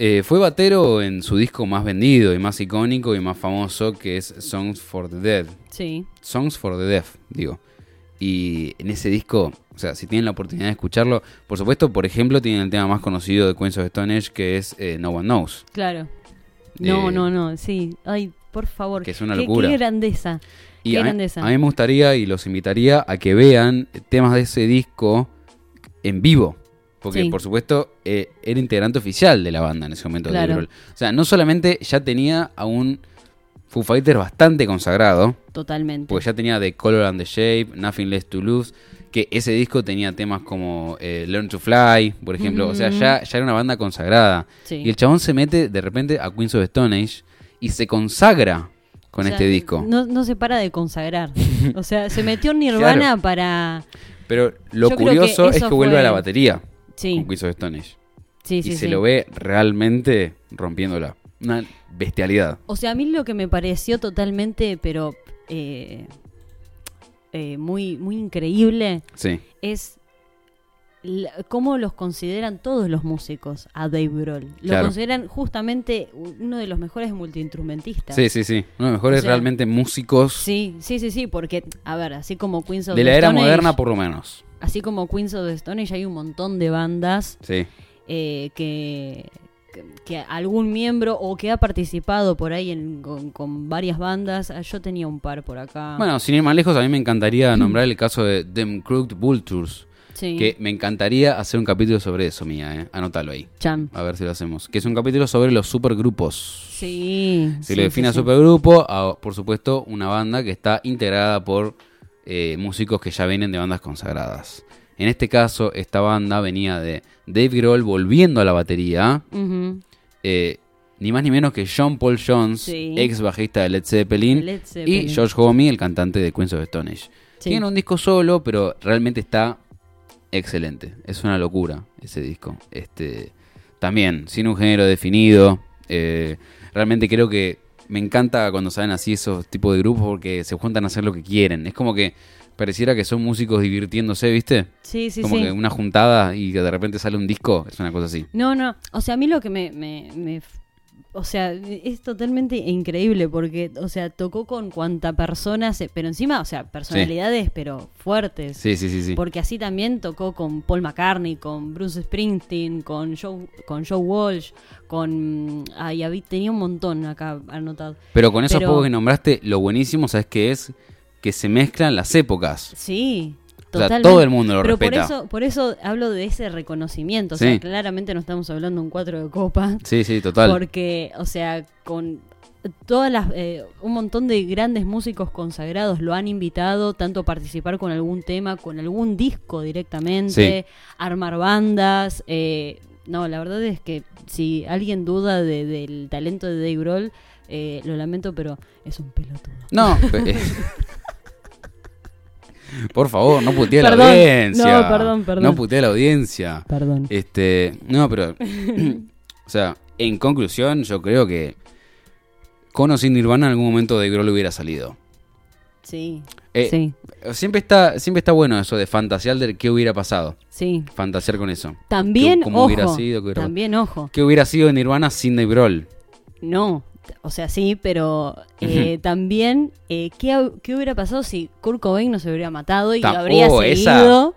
[SPEAKER 1] Eh, fue batero en su disco más vendido y más icónico y más famoso, que es Songs for the Dead.
[SPEAKER 2] Sí.
[SPEAKER 1] Songs for the Deaf, digo. Y en ese disco, o sea, si tienen la oportunidad de escucharlo, por supuesto, por ejemplo, tienen el tema más conocido de Queens of Stone Age, que es eh, No One Knows.
[SPEAKER 2] Claro. No,
[SPEAKER 1] Eh,
[SPEAKER 2] no, no, sí. Ay, por favor.
[SPEAKER 1] que es una
[SPEAKER 2] Qué-
[SPEAKER 1] locura.
[SPEAKER 2] Qué, grandeza.
[SPEAKER 1] Y
[SPEAKER 2] Qué
[SPEAKER 1] a, mí,
[SPEAKER 2] grandeza.
[SPEAKER 1] a mí me gustaría y los invitaría a que vean temas de ese disco en vivo. Porque,
[SPEAKER 2] Sí.
[SPEAKER 1] por supuesto, eh, era integrante oficial de la banda en ese momento. Dave
[SPEAKER 2] Claro.
[SPEAKER 1] Grohl. O sea, no solamente ya tenía a un Foo Fighter bastante consagrado,
[SPEAKER 2] Totalmente.
[SPEAKER 1] porque ya tenía The Color and the Shape, Nothing Less to Lose, que ese disco tenía temas como eh, Learn to Fly, por ejemplo. O sea,
[SPEAKER 2] Ujú.
[SPEAKER 1] ya, ya era una banda consagrada.
[SPEAKER 2] sí.
[SPEAKER 1] Y el chabón se mete de repente a Queens of Stone Age y se consagra con
[SPEAKER 2] O sea,
[SPEAKER 1] este disco.
[SPEAKER 2] No, no se para
[SPEAKER 1] [LAUGHS]
[SPEAKER 2] de consagrar. o sea, se metió en Nirvana para.
[SPEAKER 1] Pero lo
[SPEAKER 2] Yo creo
[SPEAKER 1] curioso
[SPEAKER 2] que
[SPEAKER 1] es
[SPEAKER 2] eso
[SPEAKER 1] que vuelve
[SPEAKER 2] fue-
[SPEAKER 1] a la batería
[SPEAKER 2] Sí,
[SPEAKER 1] con Queens of Stone Age.
[SPEAKER 2] sí,
[SPEAKER 1] y
[SPEAKER 2] sí.
[SPEAKER 1] se
[SPEAKER 2] sí.
[SPEAKER 1] lo ve realmente rompiéndola. Una bestialidad.
[SPEAKER 2] O sea, a mí lo que me pareció totalmente, pero. eh, eh, muy, muy increíble
[SPEAKER 1] Sí.
[SPEAKER 2] es la- cómo los consideran todos los músicos a Dave Grohl. Lo
[SPEAKER 1] Claro.
[SPEAKER 2] consideran justamente uno de los mejores multiinstrumentistas.
[SPEAKER 1] Sí, sí, sí. Uno de los mejores
[SPEAKER 2] O sea,
[SPEAKER 1] realmente músicos
[SPEAKER 2] Sí, sí, sí, sí, porque, a ver, así como Queens of
[SPEAKER 1] de
[SPEAKER 2] the
[SPEAKER 1] la era
[SPEAKER 2] Stone Age-
[SPEAKER 1] moderna, por lo menos.
[SPEAKER 2] Así como Queens of the Stone Age hay un montón de bandas
[SPEAKER 1] Sí.
[SPEAKER 2] eh, que, que- que algún miembro o que ha participado por ahí en- con, con varias bandas. Ah, Yo tenía un par por acá.
[SPEAKER 1] Bueno, sin ir más lejos, a mí me encantaría nombrar el caso de Them Crooked Vultures.
[SPEAKER 2] Mm. sí.
[SPEAKER 1] Que me encantaría hacer un capítulo sobre eso, mía, ¿eh? Anótalo ahí.
[SPEAKER 2] Chan.
[SPEAKER 1] A ver si lo hacemos. Que es un capítulo sobre los supergrupos.
[SPEAKER 2] Sí.
[SPEAKER 1] Se
[SPEAKER 2] sí,
[SPEAKER 1] lo define
[SPEAKER 2] sí,
[SPEAKER 1] a
[SPEAKER 2] sí.
[SPEAKER 1] supergrupo, a, por supuesto, una banda que está integrada por eh, músicos que ya vienen de bandas consagradas. En este caso, esta banda venía de Dave Grohl volviendo a la batería,
[SPEAKER 2] Ujú.
[SPEAKER 1] eh, ni más ni menos que John Paul Jones,
[SPEAKER 2] Sí.
[SPEAKER 1] ex bajista de Led Zeppelin,
[SPEAKER 2] Led Zeppelin.
[SPEAKER 1] y George Homme, el cantante de Queens of Stone Age.
[SPEAKER 2] Sí.
[SPEAKER 1] Tiene un disco solo, pero realmente está excelente. Es una locura ese disco. Este, también, sin un género definido. eh, realmente creo que me encanta cuando salen así esos tipos de grupos porque se juntan a hacer lo que quieren. Es como que pareciera que son músicos divirtiéndose, ¿viste?
[SPEAKER 2] Sí, sí,
[SPEAKER 1] como
[SPEAKER 2] sí.
[SPEAKER 1] que una juntada y que de repente sale un disco. Es una cosa así.
[SPEAKER 2] No, no. O sea, a mí lo que me, me- me- O sea, es totalmente increíble porque, o sea, tocó con cuanta persona... se- pero encima, o sea, personalidades, pero fuertes.
[SPEAKER 1] Sí, sí, sí, sí.
[SPEAKER 2] Porque así también tocó con Paul McCartney, con Bruce Springsteen, con Joe, con Joe Walsh, con... mm, Ay, habí- tenía un montón acá anotado.
[SPEAKER 1] Pero con esos
[SPEAKER 2] Pero-
[SPEAKER 1] pocos que nombraste, lo buenísimo, ¿sabes qué es? Que se mezclan las épocas.
[SPEAKER 2] Sí,
[SPEAKER 1] O sea,
[SPEAKER 2] totalmente.
[SPEAKER 1] todo el mundo lo
[SPEAKER 2] Pero
[SPEAKER 1] respeta.
[SPEAKER 2] Por eso, por eso hablo de ese reconocimiento. O
[SPEAKER 1] Sí.
[SPEAKER 2] sea, claramente no estamos hablando de un cuatro de copa.
[SPEAKER 1] Sí, sí, total.
[SPEAKER 2] Porque, o sea, con todas las eh, un montón de grandes músicos consagrados lo han invitado tanto a participar con algún tema, con algún disco directamente, armar bandas. eh, no, la verdad es que si alguien duda de- del talento de Dave Grohl, eh, lo lamento, pero es un pelotudo.
[SPEAKER 1] No.
[SPEAKER 2] [LAUGHS]
[SPEAKER 1] pe- eh. Por favor, no putee a la
[SPEAKER 2] Perdón.
[SPEAKER 1] audiencia.
[SPEAKER 2] No, perdón, perdón.
[SPEAKER 1] No putee a la audiencia.
[SPEAKER 2] Perdón.
[SPEAKER 1] Este, no, pero [CLEARS THROAT] o sea, en conclusión, yo creo que con o sin Nirvana en algún momento de Grohl hubiera salido.
[SPEAKER 2] Sí,
[SPEAKER 1] Eh,
[SPEAKER 2] sí,
[SPEAKER 1] Siempre está siempre está bueno eso de fantasear de qué hubiera pasado,
[SPEAKER 2] sí.
[SPEAKER 1] fantasear con eso.
[SPEAKER 2] También,
[SPEAKER 1] ¿Qué- cómo hubiera
[SPEAKER 2] ojo,
[SPEAKER 1] sido, qué hubiera-
[SPEAKER 2] también, ojo.
[SPEAKER 1] ¿Qué hubiera sido Nirvana sin Dave Grohl?
[SPEAKER 2] No, o sea, sí, pero eh, también, eh, ¿qué, hab- qué hubiera pasado si Kurt Cobain no se hubiera matado y
[SPEAKER 1] Ta-
[SPEAKER 2] lo habría
[SPEAKER 1] oh, esa-
[SPEAKER 2] seguido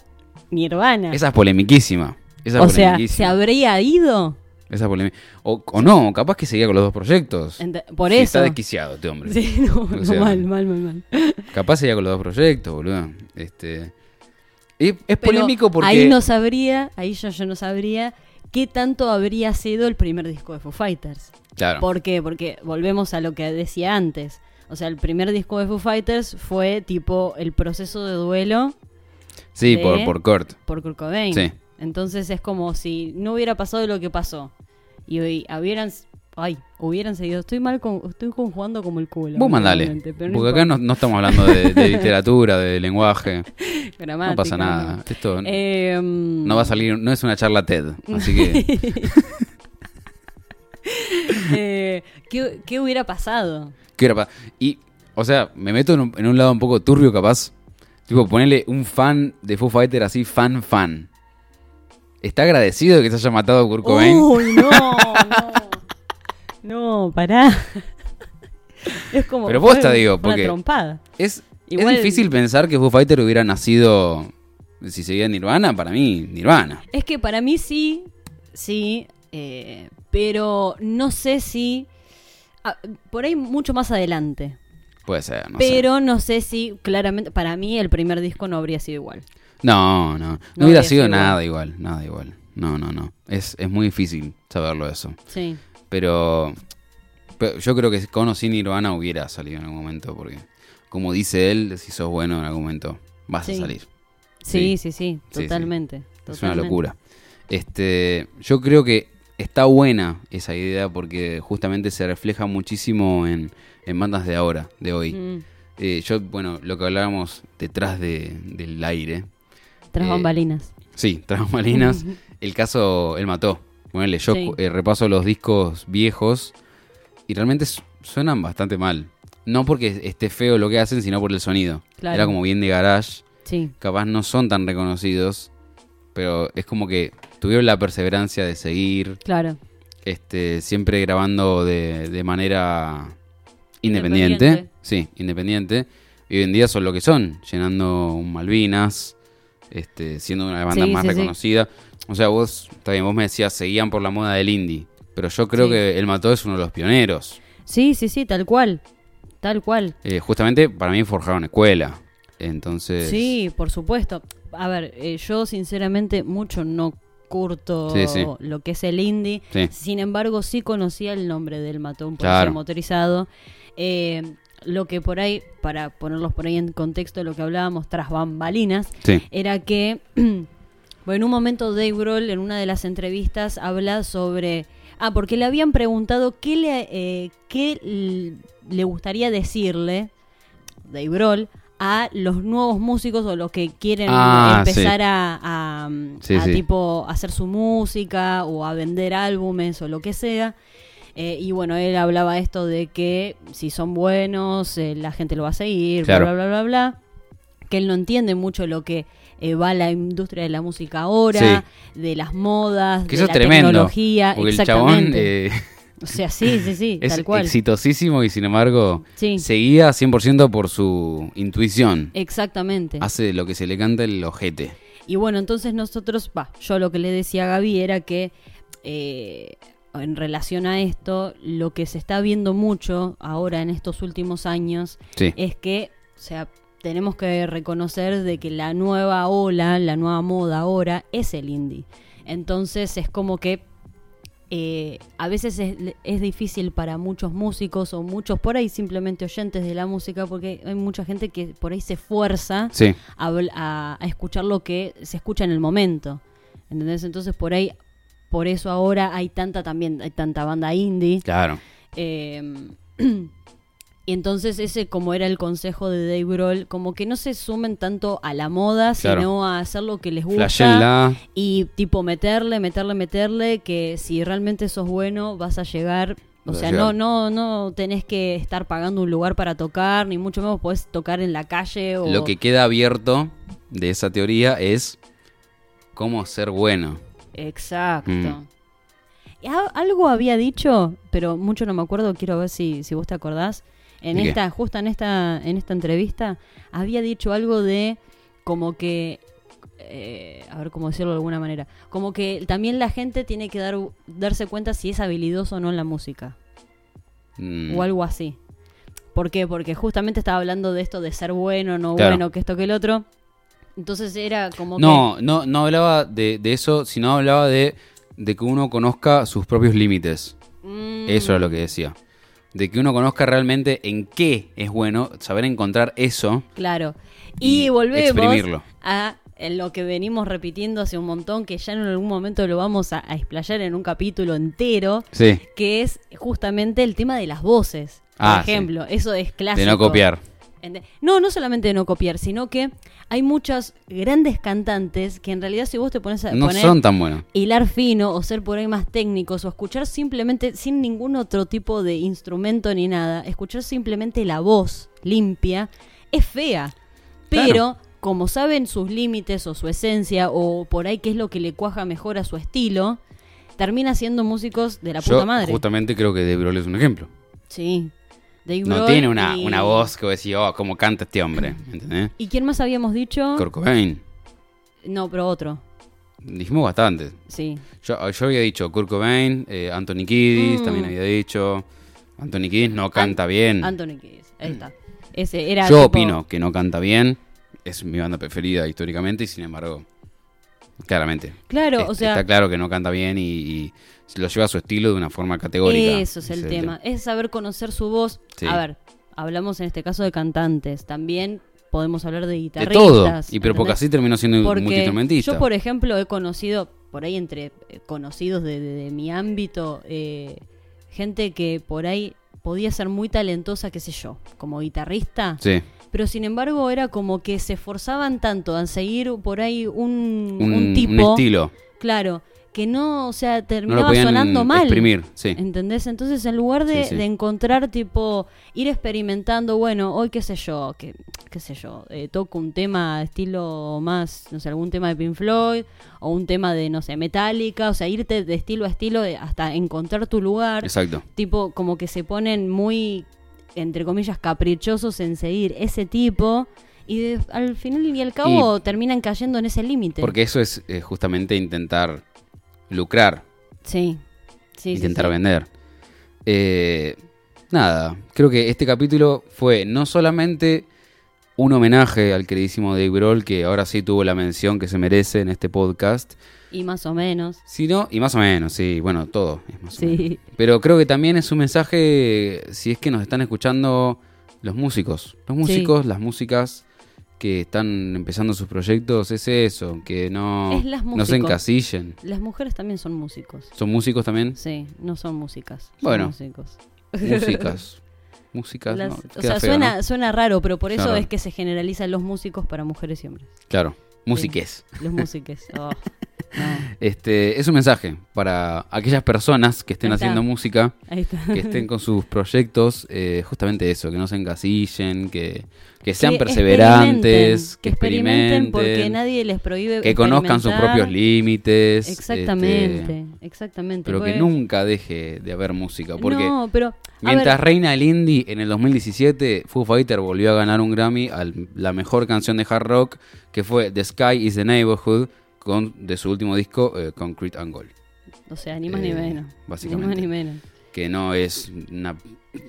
[SPEAKER 2] Nirvana?
[SPEAKER 1] Esa es polemiquísima. Esa es
[SPEAKER 2] o sea, ¿se
[SPEAKER 1] polemiquísima.
[SPEAKER 2] habría ido?
[SPEAKER 1] Esa es polemi- o, o no, capaz que seguía con los dos proyectos.
[SPEAKER 2] Ent- por
[SPEAKER 1] Sí,
[SPEAKER 2] eso.
[SPEAKER 1] Está desquiciado este hombre.
[SPEAKER 2] Sí, no, no,
[SPEAKER 1] sea,
[SPEAKER 2] mal, mal, mal, mal.
[SPEAKER 1] Capaz sería con los dos proyectos, boludo. Este. Es, es
[SPEAKER 2] Pero
[SPEAKER 1] polémico porque.
[SPEAKER 2] Ahí no sabría, ahí yo, yo no sabría qué tanto habría sido el primer disco de Foo Fighters.
[SPEAKER 1] Claro.
[SPEAKER 2] ¿Por qué? Porque volvemos a lo que decía antes. O sea, el primer disco de Foo Fighters fue tipo el proceso de duelo
[SPEAKER 1] sí,
[SPEAKER 2] de-
[SPEAKER 1] por, por Kurt.
[SPEAKER 2] por Kurt Cobain.
[SPEAKER 1] Sí.
[SPEAKER 2] Entonces es como si no hubiera pasado lo que pasó. Y hoy hubieran. Ay, hubieran seguido. Estoy mal con, estoy conjugando como el culo.
[SPEAKER 1] Vos mandale.
[SPEAKER 2] últimamente, pero no
[SPEAKER 1] Porque acá no,
[SPEAKER 2] importa.
[SPEAKER 1] no estamos hablando de,
[SPEAKER 2] [LAUGHS]
[SPEAKER 1] de literatura, de lenguaje. No
[SPEAKER 2] Gramática,
[SPEAKER 1] pasa nada. Esto
[SPEAKER 2] Eh,
[SPEAKER 1] no
[SPEAKER 2] [LAUGHS]
[SPEAKER 1] va a salir, no es una charla TED. Así que.
[SPEAKER 2] eh, ¿qué, qué hubiera pasado?
[SPEAKER 1] ¿qué era pa- y, o sea, me meto en un, en un lado un poco turbio, capaz. Tipo, ponerle un fan de Foo Fighter así, fan, fan. ¿Está agradecido de que se haya matado a Kurt Cobain?
[SPEAKER 2] Uy, no,
[SPEAKER 1] [LAUGHS]
[SPEAKER 2] no. No, pará. [LAUGHS] Es como.
[SPEAKER 1] Pero posta,
[SPEAKER 2] fue
[SPEAKER 1] digo,
[SPEAKER 2] una
[SPEAKER 1] porque-
[SPEAKER 2] trompada.
[SPEAKER 1] Es,
[SPEAKER 2] Igual-
[SPEAKER 1] es difícil pensar que Foo Fighter hubiera nacido si seguía Nirvana. Para mí, Nirvana.
[SPEAKER 2] Es que para mí sí, sí, eh, pero no sé si... ah, por ahí mucho más adelante.
[SPEAKER 1] Puede ser, no sé.
[SPEAKER 2] pero no sé si claramente, para mí el primer disco no habría sido igual.
[SPEAKER 1] No, no. No,
[SPEAKER 2] No
[SPEAKER 1] hubiera
[SPEAKER 2] hubiera
[SPEAKER 1] sido
[SPEAKER 2] sido
[SPEAKER 1] nada igual. Nada igual. No, no, no. Es, es muy difícil saberlo eso.
[SPEAKER 2] Sí.
[SPEAKER 1] Pero, pero yo creo que con o sin Nirvana hubiera salido en algún momento. Porque, como dice él, si sos bueno en algún momento, vas a
[SPEAKER 2] Sí.
[SPEAKER 1] salir. Sí.
[SPEAKER 2] Sí, sí, sí,
[SPEAKER 1] Sí,
[SPEAKER 2] totalmente.
[SPEAKER 1] Es una
[SPEAKER 2] totalmente.
[SPEAKER 1] locura. Este, yo creo que está buena esa idea porque justamente se refleja muchísimo en, en bandas de ahora, de hoy.
[SPEAKER 2] Mm,
[SPEAKER 1] Eh, yo, bueno, lo que hablábamos detrás de- del aire.
[SPEAKER 2] tras
[SPEAKER 1] Eh,
[SPEAKER 2] bambalinas.
[SPEAKER 1] Sí, [LAUGHS] tras bambalinas, el caso El Mató. Ponele, yo
[SPEAKER 2] Sí.
[SPEAKER 1] eh, repaso los discos viejos y realmente su- suenan bastante mal. No porque esté feo lo que hacen, sino por el sonido.
[SPEAKER 2] [LAUGHS] Claro.
[SPEAKER 1] Era como bien de garage
[SPEAKER 2] Sí,
[SPEAKER 1] capaz no son tan reconocidos, pero es como que tuvieron la perseverancia de seguir,
[SPEAKER 2] claro.
[SPEAKER 1] este, siempre grabando de, de manera independiente,
[SPEAKER 2] Independiente.
[SPEAKER 1] Sí, independiente. Y hoy en día son lo que son, llenando un Malvinas, este, siendo una de las bandas
[SPEAKER 2] Sí,
[SPEAKER 1] más
[SPEAKER 2] sí, sí.
[SPEAKER 1] reconocidas. O sea, vos, está bien, vos me decías, seguían por la moda del indie. Pero yo creo
[SPEAKER 2] Sí.
[SPEAKER 1] que El Mató es uno de los pioneros.
[SPEAKER 2] Sí, sí, sí, tal cual. Tal cual.
[SPEAKER 1] Eh, justamente para mí forjaron escuela. Entonces.
[SPEAKER 2] Sí, por supuesto. A ver, eh, yo sinceramente mucho no curto
[SPEAKER 1] Sí, sí.
[SPEAKER 2] lo que es el indie.
[SPEAKER 1] Sí.
[SPEAKER 2] Sin embargo, sí conocía el nombre del matón por
[SPEAKER 1] Claro.
[SPEAKER 2] motorizado. Eh, lo que por ahí, para ponerlos por ahí en contexto, lo que hablábamos tras bambalinas,
[SPEAKER 1] Sí.
[SPEAKER 2] era [CLEARS THROAT] que, bueno, en un momento Dave Grohl en una de las entrevistas habla sobre Ah, porque le habían preguntado qué le, eh, qué l- le gustaría decirle, Dave Grohl, a los nuevos músicos o los que quieren
[SPEAKER 1] Ah,
[SPEAKER 2] empezar
[SPEAKER 1] sí.
[SPEAKER 2] a, a-
[SPEAKER 1] Sí,
[SPEAKER 2] a
[SPEAKER 1] sí.
[SPEAKER 2] tipo hacer su música o a vender álbumes o lo que sea. Eh, y bueno, él hablaba esto de que si son buenos, eh, la gente lo va a seguir, bla,
[SPEAKER 1] Claro.
[SPEAKER 2] bla, bla, bla, bla. Que él no entiende mucho lo que eh, va la industria de la música ahora, de las modas,
[SPEAKER 1] Que
[SPEAKER 2] de
[SPEAKER 1] eso es
[SPEAKER 2] la
[SPEAKER 1] tremendo.
[SPEAKER 2] tecnología.
[SPEAKER 1] porque el chabón
[SPEAKER 2] exactamente.
[SPEAKER 1] eh,
[SPEAKER 2] o sea, sí, sí, sí,
[SPEAKER 1] [LAUGHS] es
[SPEAKER 2] tal cual.
[SPEAKER 1] exitosísimo y sin embargo
[SPEAKER 2] Sí.
[SPEAKER 1] seguía 100% por su intuición.
[SPEAKER 2] Exactamente.
[SPEAKER 1] Hace lo que se le canta el ojete.
[SPEAKER 2] Y bueno, entonces nosotros, va, yo lo que le decía a Gaby era que eh, en relación a esto, lo que se está viendo mucho ahora en estos últimos años
[SPEAKER 1] Sí.
[SPEAKER 2] es que, o sea, tenemos que reconocer de que la nueva ola, la nueva moda ahora es el indie. Entonces es como que eh, a veces es, es difícil para muchos músicos o muchos por ahí simplemente oyentes de la música porque hay mucha gente que por ahí se esfuerza
[SPEAKER 1] Sí.
[SPEAKER 2] a, habl- a- a escuchar lo que se escucha en el momento. ¿Entendés? Entonces por ahí, por eso ahora hay tanta también, hay tanta banda indie.
[SPEAKER 1] Claro.
[SPEAKER 2] Eh, [CLEARS THROAT] y entonces ese como era el consejo de Dave Grohl, como que no se sumen tanto a la moda,
[SPEAKER 1] Claro.
[SPEAKER 2] sino a hacer lo que les gusta.
[SPEAKER 1] Flashenla.
[SPEAKER 2] Y tipo meterle, meterle, meterle, que si realmente sos bueno vas a llegar. O
[SPEAKER 1] Vas a
[SPEAKER 2] sea, no,
[SPEAKER 1] llegar.
[SPEAKER 2] no, no tenés que estar pagando un lugar para tocar, ni mucho menos podés tocar en la calle o...
[SPEAKER 1] Lo que queda abierto de esa teoría es cómo ser bueno.
[SPEAKER 2] Exacto.
[SPEAKER 1] Mm.
[SPEAKER 2] Y a- Algo había dicho, pero mucho no me acuerdo, quiero ver si, si vos te acordás. En
[SPEAKER 1] ¿De qué?
[SPEAKER 2] esta, justo en esta, en esta entrevista, había dicho algo de como que eh, a ver cómo decirlo de alguna manera. Como que también la gente tiene que dar, darse cuenta si es habilidoso o no en la música.
[SPEAKER 1] Mm,
[SPEAKER 2] O algo así. ¿Por qué? Porque justamente estaba hablando de esto de ser bueno, no
[SPEAKER 1] Claro.
[SPEAKER 2] bueno, que esto, que el otro. Entonces era como
[SPEAKER 1] No, no, no hablaba de, de eso, sino hablaba de, de que uno conozca sus propios límites.
[SPEAKER 2] que. mm,
[SPEAKER 1] Eso era lo que decía. De que uno conozca realmente en qué es bueno, saber encontrar eso.
[SPEAKER 2] Claro. Y,
[SPEAKER 1] Y
[SPEAKER 2] volvemos
[SPEAKER 1] exprimirlo.
[SPEAKER 2] a eh, lo que venimos repitiendo hace un montón, que ya en algún momento lo vamos a, a explayar en un capítulo entero,
[SPEAKER 1] Sí.
[SPEAKER 2] que es justamente el tema de las voces. Por
[SPEAKER 1] Ah, sí.
[SPEAKER 2] ejemplo, eso es clásico.
[SPEAKER 1] De no copiar.
[SPEAKER 2] Ente- No, no solamente de no copiar, sino que hay muchos grandes cantantes que en realidad si vos te pones a
[SPEAKER 1] No
[SPEAKER 2] poner
[SPEAKER 1] son tan buenos.
[SPEAKER 2] hilar fino o ser por ahí más técnicos o escuchar simplemente sin ningún otro tipo de instrumento ni nada, escuchar simplemente la voz limpia es fea. Pero
[SPEAKER 1] Claro.
[SPEAKER 2] como saben sus límites o su esencia o por ahí qué es lo que le cuaja mejor a su estilo, termina siendo músicos de la
[SPEAKER 1] Yo
[SPEAKER 2] puta madre.
[SPEAKER 1] justamente creo que De Broglie es un ejemplo.
[SPEAKER 2] Sí. Dave
[SPEAKER 1] No
[SPEAKER 2] Grohl
[SPEAKER 1] tiene una,
[SPEAKER 2] y-
[SPEAKER 1] una voz que vos decís, oh, cómo canta este
[SPEAKER 2] [LAUGHS]
[SPEAKER 1] hombre. ¿Entendés?
[SPEAKER 2] ¿Y quién más habíamos dicho?
[SPEAKER 1] Kurt Cobain.
[SPEAKER 2] no, pero otro.
[SPEAKER 1] Dijimos bastante.
[SPEAKER 2] Sí.
[SPEAKER 1] Yo, yo había dicho Kurt Cobain, eh, Anthony Kiddis,
[SPEAKER 2] Mm.
[SPEAKER 1] también había dicho. Anthony Kiddis no canta bien.
[SPEAKER 2] Anthony Kiedis. Ahí está. Ese era
[SPEAKER 1] Mm. Yo
[SPEAKER 2] tipo-
[SPEAKER 1] opino que no canta bien. Es mi banda preferida históricamente y sin embargo, claramente.
[SPEAKER 2] Claro,
[SPEAKER 1] es-
[SPEAKER 2] o sea,
[SPEAKER 1] está claro que no canta bien y, y se lo lleva a su estilo de una forma categórica.
[SPEAKER 2] Eso es el
[SPEAKER 1] Ese
[SPEAKER 2] tema. Es saber conocer su voz.
[SPEAKER 1] Sí.
[SPEAKER 2] A ver, hablamos en este caso de cantantes. También podemos hablar de
[SPEAKER 1] De
[SPEAKER 2] guitarristas.
[SPEAKER 1] todo. Y
[SPEAKER 2] ¿entendés?
[SPEAKER 1] pero porque así terminó siendo un
[SPEAKER 2] Porque
[SPEAKER 1] multiinstrumentista.
[SPEAKER 2] yo, por ejemplo, he conocido, por ahí entre eh, conocidos de, de- de mi ámbito, eh, gente que por ahí podía ser muy talentosa, qué sé yo, como guitarrista.
[SPEAKER 1] Sí.
[SPEAKER 2] Pero sin embargo era como que se esforzaban tanto en seguir por ahí un,
[SPEAKER 1] Un,
[SPEAKER 2] un
[SPEAKER 1] un
[SPEAKER 2] tipo.
[SPEAKER 1] estilo.
[SPEAKER 2] Claro, que no, o sea,
[SPEAKER 1] No lo
[SPEAKER 2] terminaba
[SPEAKER 1] podían
[SPEAKER 2] sonando mal.
[SPEAKER 1] exprimir. Sí.
[SPEAKER 2] ¿Entendés? Entonces, en lugar de,
[SPEAKER 1] Sí, sí.
[SPEAKER 2] de encontrar, tipo, ir experimentando, bueno, hoy qué sé yo, que, qué sé yo, eh, toco un tema estilo más, no sé, algún tema de Pink Floyd o un tema de, no sé, Metallica, o sea, irte de estilo a estilo de- hasta encontrar tu lugar.
[SPEAKER 1] Exacto.
[SPEAKER 2] Tipo, como que se ponen muy, entre comillas, caprichosos en seguir ese tipo y de- al final y al cabo terminan cayendo en ese límite.
[SPEAKER 1] Porque eso es eh, justamente intentar lucrar,
[SPEAKER 2] Sí. Sí, sí,
[SPEAKER 1] intentar
[SPEAKER 2] sí.
[SPEAKER 1] vender. Eh, nada, creo que este capítulo fue no solamente un homenaje al queridísimo Dave Grohl, que ahora sí tuvo la mención que se merece en este podcast,
[SPEAKER 2] Y más o menos.
[SPEAKER 1] sino, y más o menos, sí, bueno, todo es más o menos.
[SPEAKER 2] Sí.
[SPEAKER 1] Pero creo que también es un mensaje, si es que nos están escuchando los músicos. Los músicos, las músicas, que están empezando sus proyectos es eso, que no,
[SPEAKER 2] Es las
[SPEAKER 1] no se
[SPEAKER 2] músicos.
[SPEAKER 1] encasillen.
[SPEAKER 2] Las mujeres también son músicos.
[SPEAKER 1] ¿Son músicos
[SPEAKER 2] [LAUGHS]
[SPEAKER 1] también?
[SPEAKER 2] Sí, no son músicas. son
[SPEAKER 1] Bueno.
[SPEAKER 2] músicos. [LAUGHS]
[SPEAKER 1] Músicas. Músicas.
[SPEAKER 2] Las-
[SPEAKER 1] no,
[SPEAKER 2] o
[SPEAKER 1] queda
[SPEAKER 2] sea,
[SPEAKER 1] feo,
[SPEAKER 2] suena,
[SPEAKER 1] ¿no?
[SPEAKER 2] suena raro, pero por
[SPEAKER 1] Suena
[SPEAKER 2] eso
[SPEAKER 1] raro.
[SPEAKER 2] es que se generalizan los músicos para mujeres y hombres.
[SPEAKER 1] Claro. Musiques. [LAUGHS]
[SPEAKER 2] Los músicos. Oh, no.
[SPEAKER 1] Este, es un mensaje para aquellas personas que estén
[SPEAKER 2] Ahí está.
[SPEAKER 1] haciendo música,
[SPEAKER 2] Ahí está.
[SPEAKER 1] que estén con
[SPEAKER 2] [LAUGHS]
[SPEAKER 1] sus proyectos, eh, justamente eso, que no se encasillen, que, que sean perseverantes,
[SPEAKER 2] que experimenten, porque
[SPEAKER 1] experimenten,
[SPEAKER 2] nadie les prohíbe
[SPEAKER 1] que conozcan sus
[SPEAKER 2] experimentar.
[SPEAKER 1] propios límites.
[SPEAKER 2] Exactamente,
[SPEAKER 1] este,
[SPEAKER 2] exactamente.
[SPEAKER 1] pero que
[SPEAKER 2] porque-
[SPEAKER 1] nunca deje de haber música, porque
[SPEAKER 2] No, pero a
[SPEAKER 1] mientras
[SPEAKER 2] ver,
[SPEAKER 1] reina el indie, en el 2017 Foo Fighter volvió a ganar un Grammy a la mejor canción de hard rock, que fue The Sky is the Neighborhood, con, de su último disco, eh, Concrete and Gold.
[SPEAKER 2] o sea, ni más
[SPEAKER 1] eh,
[SPEAKER 2] ni menos.
[SPEAKER 1] básicamente.
[SPEAKER 2] Ni más ni menos.
[SPEAKER 1] que no es una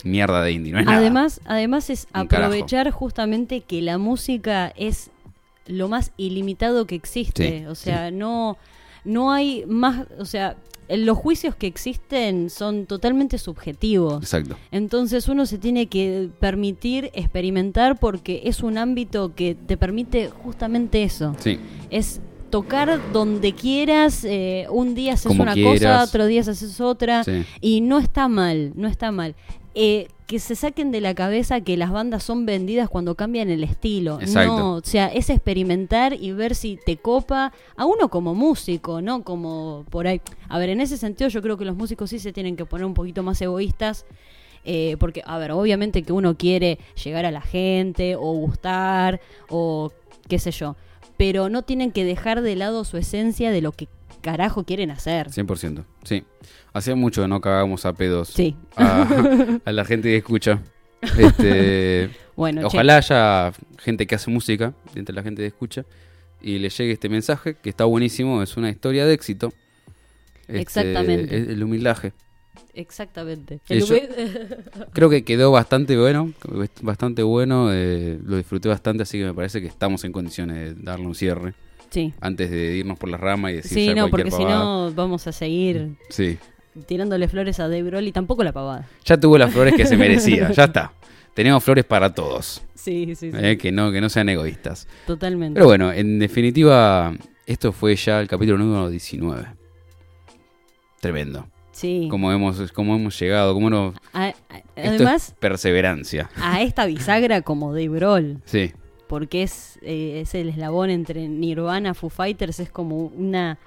[SPEAKER 1] mierda de indie, no es [LAUGHS] nada.
[SPEAKER 2] Además, además es
[SPEAKER 1] Un carajo.
[SPEAKER 2] aprovechar justamente que la música es lo más ilimitado que existe.
[SPEAKER 1] Sí,
[SPEAKER 2] o sea, no, no hay más, o sea, los juicios que existen son totalmente subjetivos.
[SPEAKER 1] Exacto.
[SPEAKER 2] Entonces uno se tiene que permitir experimentar porque es un ámbito que te permite justamente eso.
[SPEAKER 1] Sí,
[SPEAKER 2] Es tocar donde quieras, eh, un día haces
[SPEAKER 1] Como
[SPEAKER 2] una cosa,
[SPEAKER 1] quieras.
[SPEAKER 2] otro día haces otra.
[SPEAKER 1] sí.
[SPEAKER 2] Y no está mal, no está mal. Eh, que se saquen de la cabeza que las bandas son vendidas cuando cambian el estilo.
[SPEAKER 1] Exacto.
[SPEAKER 2] No, o sea, es experimentar y ver si te copa a uno como músico, ¿no? Como por ahí. A ver, en ese sentido yo creo que los músicos sí se tienen que poner un poquito más egoístas. eh, porque, a ver, obviamente que uno quiere llegar a la gente o gustar o qué sé yo. Pero no tienen que dejar de lado su esencia de lo que carajo quieren hacer.
[SPEAKER 1] 100%. Sí. Hacía mucho que no cagábamos a pedos
[SPEAKER 2] Sí. [LAUGHS]
[SPEAKER 1] a, a la gente que escucha. Este,
[SPEAKER 2] Bueno, che.
[SPEAKER 1] ojalá haya gente que hace música entre la gente que escucha y le llegue este mensaje que está buenísimo, es una historia de éxito. Este,
[SPEAKER 2] Exactamente.
[SPEAKER 1] El, el humildaje.
[SPEAKER 2] Exactamente. eh,
[SPEAKER 1] Y yo- Creo que quedó bastante bueno, bastante bueno, eh, lo disfruté bastante, así que me parece que estamos en condiciones de darle un cierre
[SPEAKER 2] Sí.
[SPEAKER 1] antes de irnos por las ramas y decir
[SPEAKER 2] Sí,
[SPEAKER 1] ya
[SPEAKER 2] no,
[SPEAKER 1] cualquier
[SPEAKER 2] porque si
[SPEAKER 1] pavada. Mm.
[SPEAKER 2] no vamos a seguir
[SPEAKER 1] Sí.
[SPEAKER 2] tirándole flores a Dave Grohl y tampoco la pavada.
[SPEAKER 1] Ya tuvo las flores
[SPEAKER 2] [LAUGHS]
[SPEAKER 1] que se merecía, ya está. Tenemos flores para todos,
[SPEAKER 2] Sí, sí, sí.
[SPEAKER 1] eh, que, no, que no sean egoístas.
[SPEAKER 2] Totalmente.
[SPEAKER 1] Pero bueno, en definitiva, esto fue ya el capítulo número 19. Tremendo.
[SPEAKER 2] sí.
[SPEAKER 1] Cómo hemos, cómo hemos llegado, cómo nos...
[SPEAKER 2] A- a-
[SPEAKER 1] esto es
[SPEAKER 2] además,
[SPEAKER 1] perseverancia.
[SPEAKER 2] a esta bisagra como Dave Grohl,
[SPEAKER 1] Sí,
[SPEAKER 2] porque es, eh, es el eslabón entre Nirvana, Foo Fighters, es como una,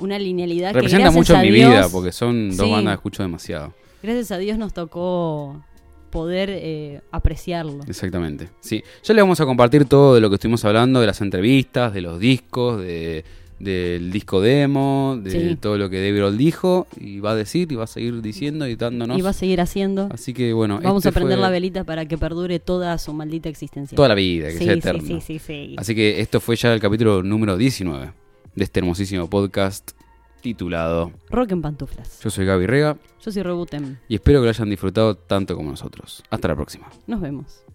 [SPEAKER 2] una linealidad
[SPEAKER 1] representa
[SPEAKER 2] que gracias
[SPEAKER 1] mucho
[SPEAKER 2] a
[SPEAKER 1] mi
[SPEAKER 2] Dios-
[SPEAKER 1] vida, porque son dos
[SPEAKER 2] Sí.
[SPEAKER 1] bandas que escucho demasiado.
[SPEAKER 2] Gracias a Dios nos tocó poder eh, apreciarlo.
[SPEAKER 1] Exactamente, sí. Ya le vamos a compartir todo de lo que estuvimos hablando, de las entrevistas, de los discos, de, del disco demo, de
[SPEAKER 2] Sí.
[SPEAKER 1] todo lo que Dave Grohl dijo y va a decir y va a seguir diciendo y dándonos.
[SPEAKER 2] Y va a seguir haciendo.
[SPEAKER 1] Así que bueno,
[SPEAKER 2] Vamos
[SPEAKER 1] este
[SPEAKER 2] a prender
[SPEAKER 1] fue
[SPEAKER 2] la velita para que perdure toda su maldita existencia.
[SPEAKER 1] toda la vida, que
[SPEAKER 2] sí,
[SPEAKER 1] sea
[SPEAKER 2] sí,
[SPEAKER 1] eterno.
[SPEAKER 2] sí, sí, sí.
[SPEAKER 1] Así que esto fue ya el capítulo número 19 de este hermosísimo podcast titulado
[SPEAKER 2] Rock en pantuflas.
[SPEAKER 1] Yo soy Gaby Rega
[SPEAKER 2] Yo soy Rebuten.
[SPEAKER 1] y espero que lo hayan disfrutado tanto como nosotros. Hasta la próxima.
[SPEAKER 2] Nos vemos.